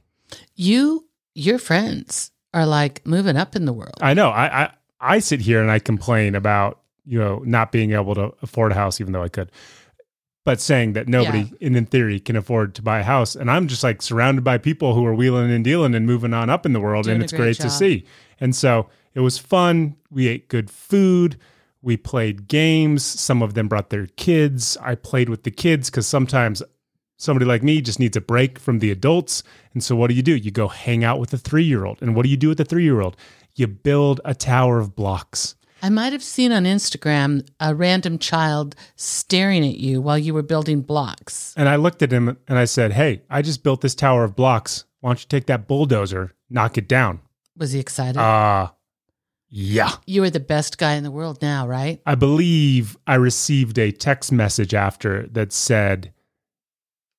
[SPEAKER 2] you your friends are like moving up in the world
[SPEAKER 1] I know. I, I I sit here and I complain about you know not being able to afford a house, even though I could. But saying that nobody,
[SPEAKER 2] Yeah.
[SPEAKER 1] in in theory, can afford to buy a house, and I'm just like surrounded by people who are wheeling and dealing and moving on up in the world,
[SPEAKER 2] Doing
[SPEAKER 1] and
[SPEAKER 2] a
[SPEAKER 1] it's
[SPEAKER 2] great
[SPEAKER 1] great
[SPEAKER 2] job.
[SPEAKER 1] to see. And so it was fun. We ate good food. We played games. Some of them brought their kids. I played with the kids because sometimes somebody like me just needs a break from the adults. And so what do you do? You go hang out with the three year old. And what do you do with the three year old? You build a tower of blocks.
[SPEAKER 2] i might have seen on instagram a random child staring at you while you were building blocks
[SPEAKER 1] And I looked at him and I said, Hey, I just built this tower of blocks. Why don't you take that bulldozer, knock it down?
[SPEAKER 2] was he excited
[SPEAKER 1] Uh, yeah.
[SPEAKER 2] you are the best guy in the world now right
[SPEAKER 1] I believe I received a text message after that said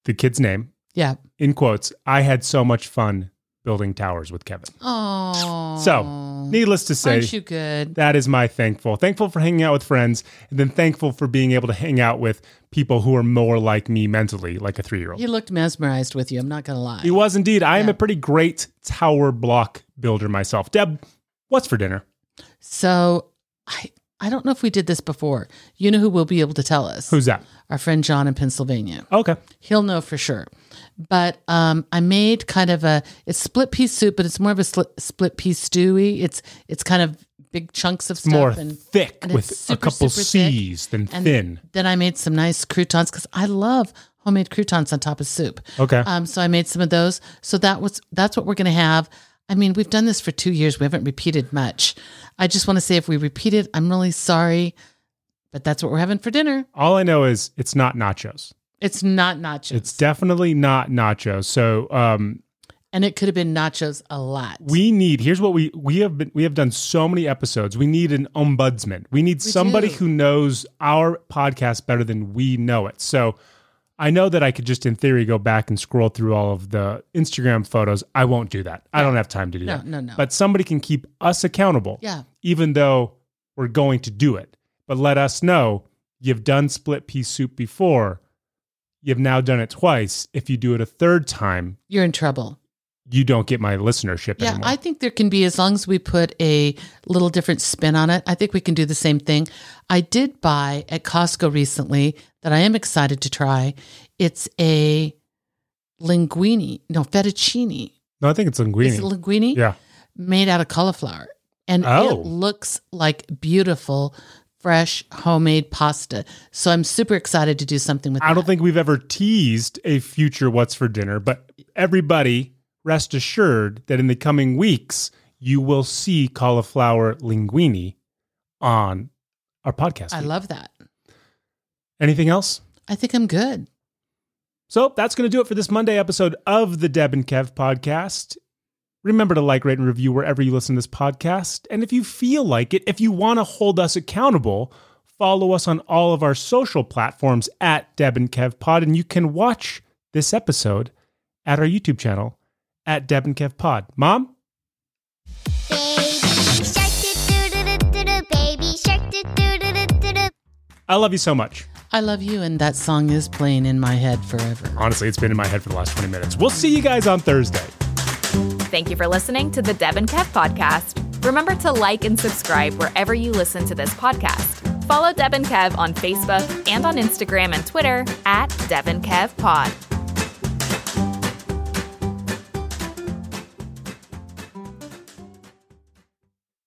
[SPEAKER 1] the kid's name
[SPEAKER 2] yeah
[SPEAKER 1] in quotes. I had so much fun building towers with Kevin.
[SPEAKER 2] oh
[SPEAKER 1] So, needless to say,
[SPEAKER 2] aren't you good
[SPEAKER 1] that is my thankful. Thankful for hanging out with friends, and then thankful for being able to hang out with people who are more like me mentally, like a three year old.
[SPEAKER 2] he looked mesmerized with you i'm not gonna lie
[SPEAKER 1] He was indeed. I am
[SPEAKER 2] Yeah.
[SPEAKER 1] a pretty great tower block builder myself. Deb, what's for dinner?
[SPEAKER 2] so i i don't know if we did this before you know who will be able to tell us
[SPEAKER 1] Who's that?
[SPEAKER 2] our friend john in pennsylvania
[SPEAKER 1] Okay.
[SPEAKER 2] He'll know for sure. But um, I made kind of a it's split pea soup, but it's more of a sli- split pea stewy. It's it's kind of big chunks of
[SPEAKER 1] It's
[SPEAKER 2] stuff
[SPEAKER 1] more
[SPEAKER 2] and
[SPEAKER 1] thick
[SPEAKER 2] and
[SPEAKER 1] with
[SPEAKER 2] it's
[SPEAKER 1] a
[SPEAKER 2] super,
[SPEAKER 1] couple
[SPEAKER 2] super thick.
[SPEAKER 1] C's than
[SPEAKER 2] and
[SPEAKER 1] thin.
[SPEAKER 2] Then I made some nice croutons because I love homemade croutons on top of soup.
[SPEAKER 1] Okay.
[SPEAKER 2] Um, so I made some of those. So that was that's what we're gonna have. I mean, we've done this for two years. We haven't repeated much. I just want to say, if we repeat it, I'm really sorry, but that's what we're having for dinner.
[SPEAKER 1] All I know is it's not nachos.
[SPEAKER 2] It's not nachos,
[SPEAKER 1] It's definitely not nachos. So um,
[SPEAKER 2] and it could have been nachos a lot.
[SPEAKER 1] we need. Here's what we we have been we have done so many episodes. We need an ombudsman. We need somebody
[SPEAKER 2] do.
[SPEAKER 1] who knows our podcast better than we know it. So I know that I could just in theory go back and scroll through all of the Instagram photos. I won't do that. I don't have time to do
[SPEAKER 2] No,
[SPEAKER 1] that.
[SPEAKER 2] no, no.
[SPEAKER 1] But somebody can keep us accountable.
[SPEAKER 2] yeah,
[SPEAKER 1] even though we're going to do it. But let us know you've done split pea soup before. You've now done it twice. If you do it a third time,
[SPEAKER 2] you're in trouble.
[SPEAKER 1] you don't get my listenership
[SPEAKER 2] Yeah,
[SPEAKER 1] anymore.
[SPEAKER 2] I think there can be as long as we put a little different spin on it. I think we can do the same thing. I did buy at Costco recently that I am excited to try. It's a linguine, no fettuccine.
[SPEAKER 1] no, I think it's
[SPEAKER 2] Is
[SPEAKER 1] linguine.
[SPEAKER 2] it linguine?
[SPEAKER 1] yeah.
[SPEAKER 2] Made out of cauliflower, and
[SPEAKER 1] Oh.
[SPEAKER 2] it looks like beautiful, fresh homemade pasta. So I'm super excited to do something with.
[SPEAKER 1] I don't
[SPEAKER 2] that.
[SPEAKER 1] think we've ever teased a future what's for dinner, but everybody rest assured that in the coming weeks, you will see cauliflower linguine on our podcast.
[SPEAKER 2] I
[SPEAKER 1] feed.
[SPEAKER 2] love that.
[SPEAKER 1] Anything else?
[SPEAKER 2] I think I'm good.
[SPEAKER 1] So that's going to do it for this Monday episode of the Deb and Kev podcast. Remember to like, rate, and review wherever you listen to this podcast. And if you feel like it, if you want to hold us accountable, follow us on all of our social platforms at Deb and Kev Pod. And you can watch this episode at our YouTube channel at Deb and Kev Pod. Mom?
[SPEAKER 4] Baby shark do-do-do-do-do, baby shark do-do-do-do-do.
[SPEAKER 1] I love you so much.
[SPEAKER 2] I love you, and that song is playing in my head forever.
[SPEAKER 1] Honestly, it's been in my head for the last 20 minutes. We'll see you guys on Thursday.
[SPEAKER 3] Thank you for listening to the Deb and Kev podcast. Remember to like and subscribe wherever you listen to this podcast. Follow Deb and Kev on Facebook and on Instagram and Twitter at Deb and Kev Pod.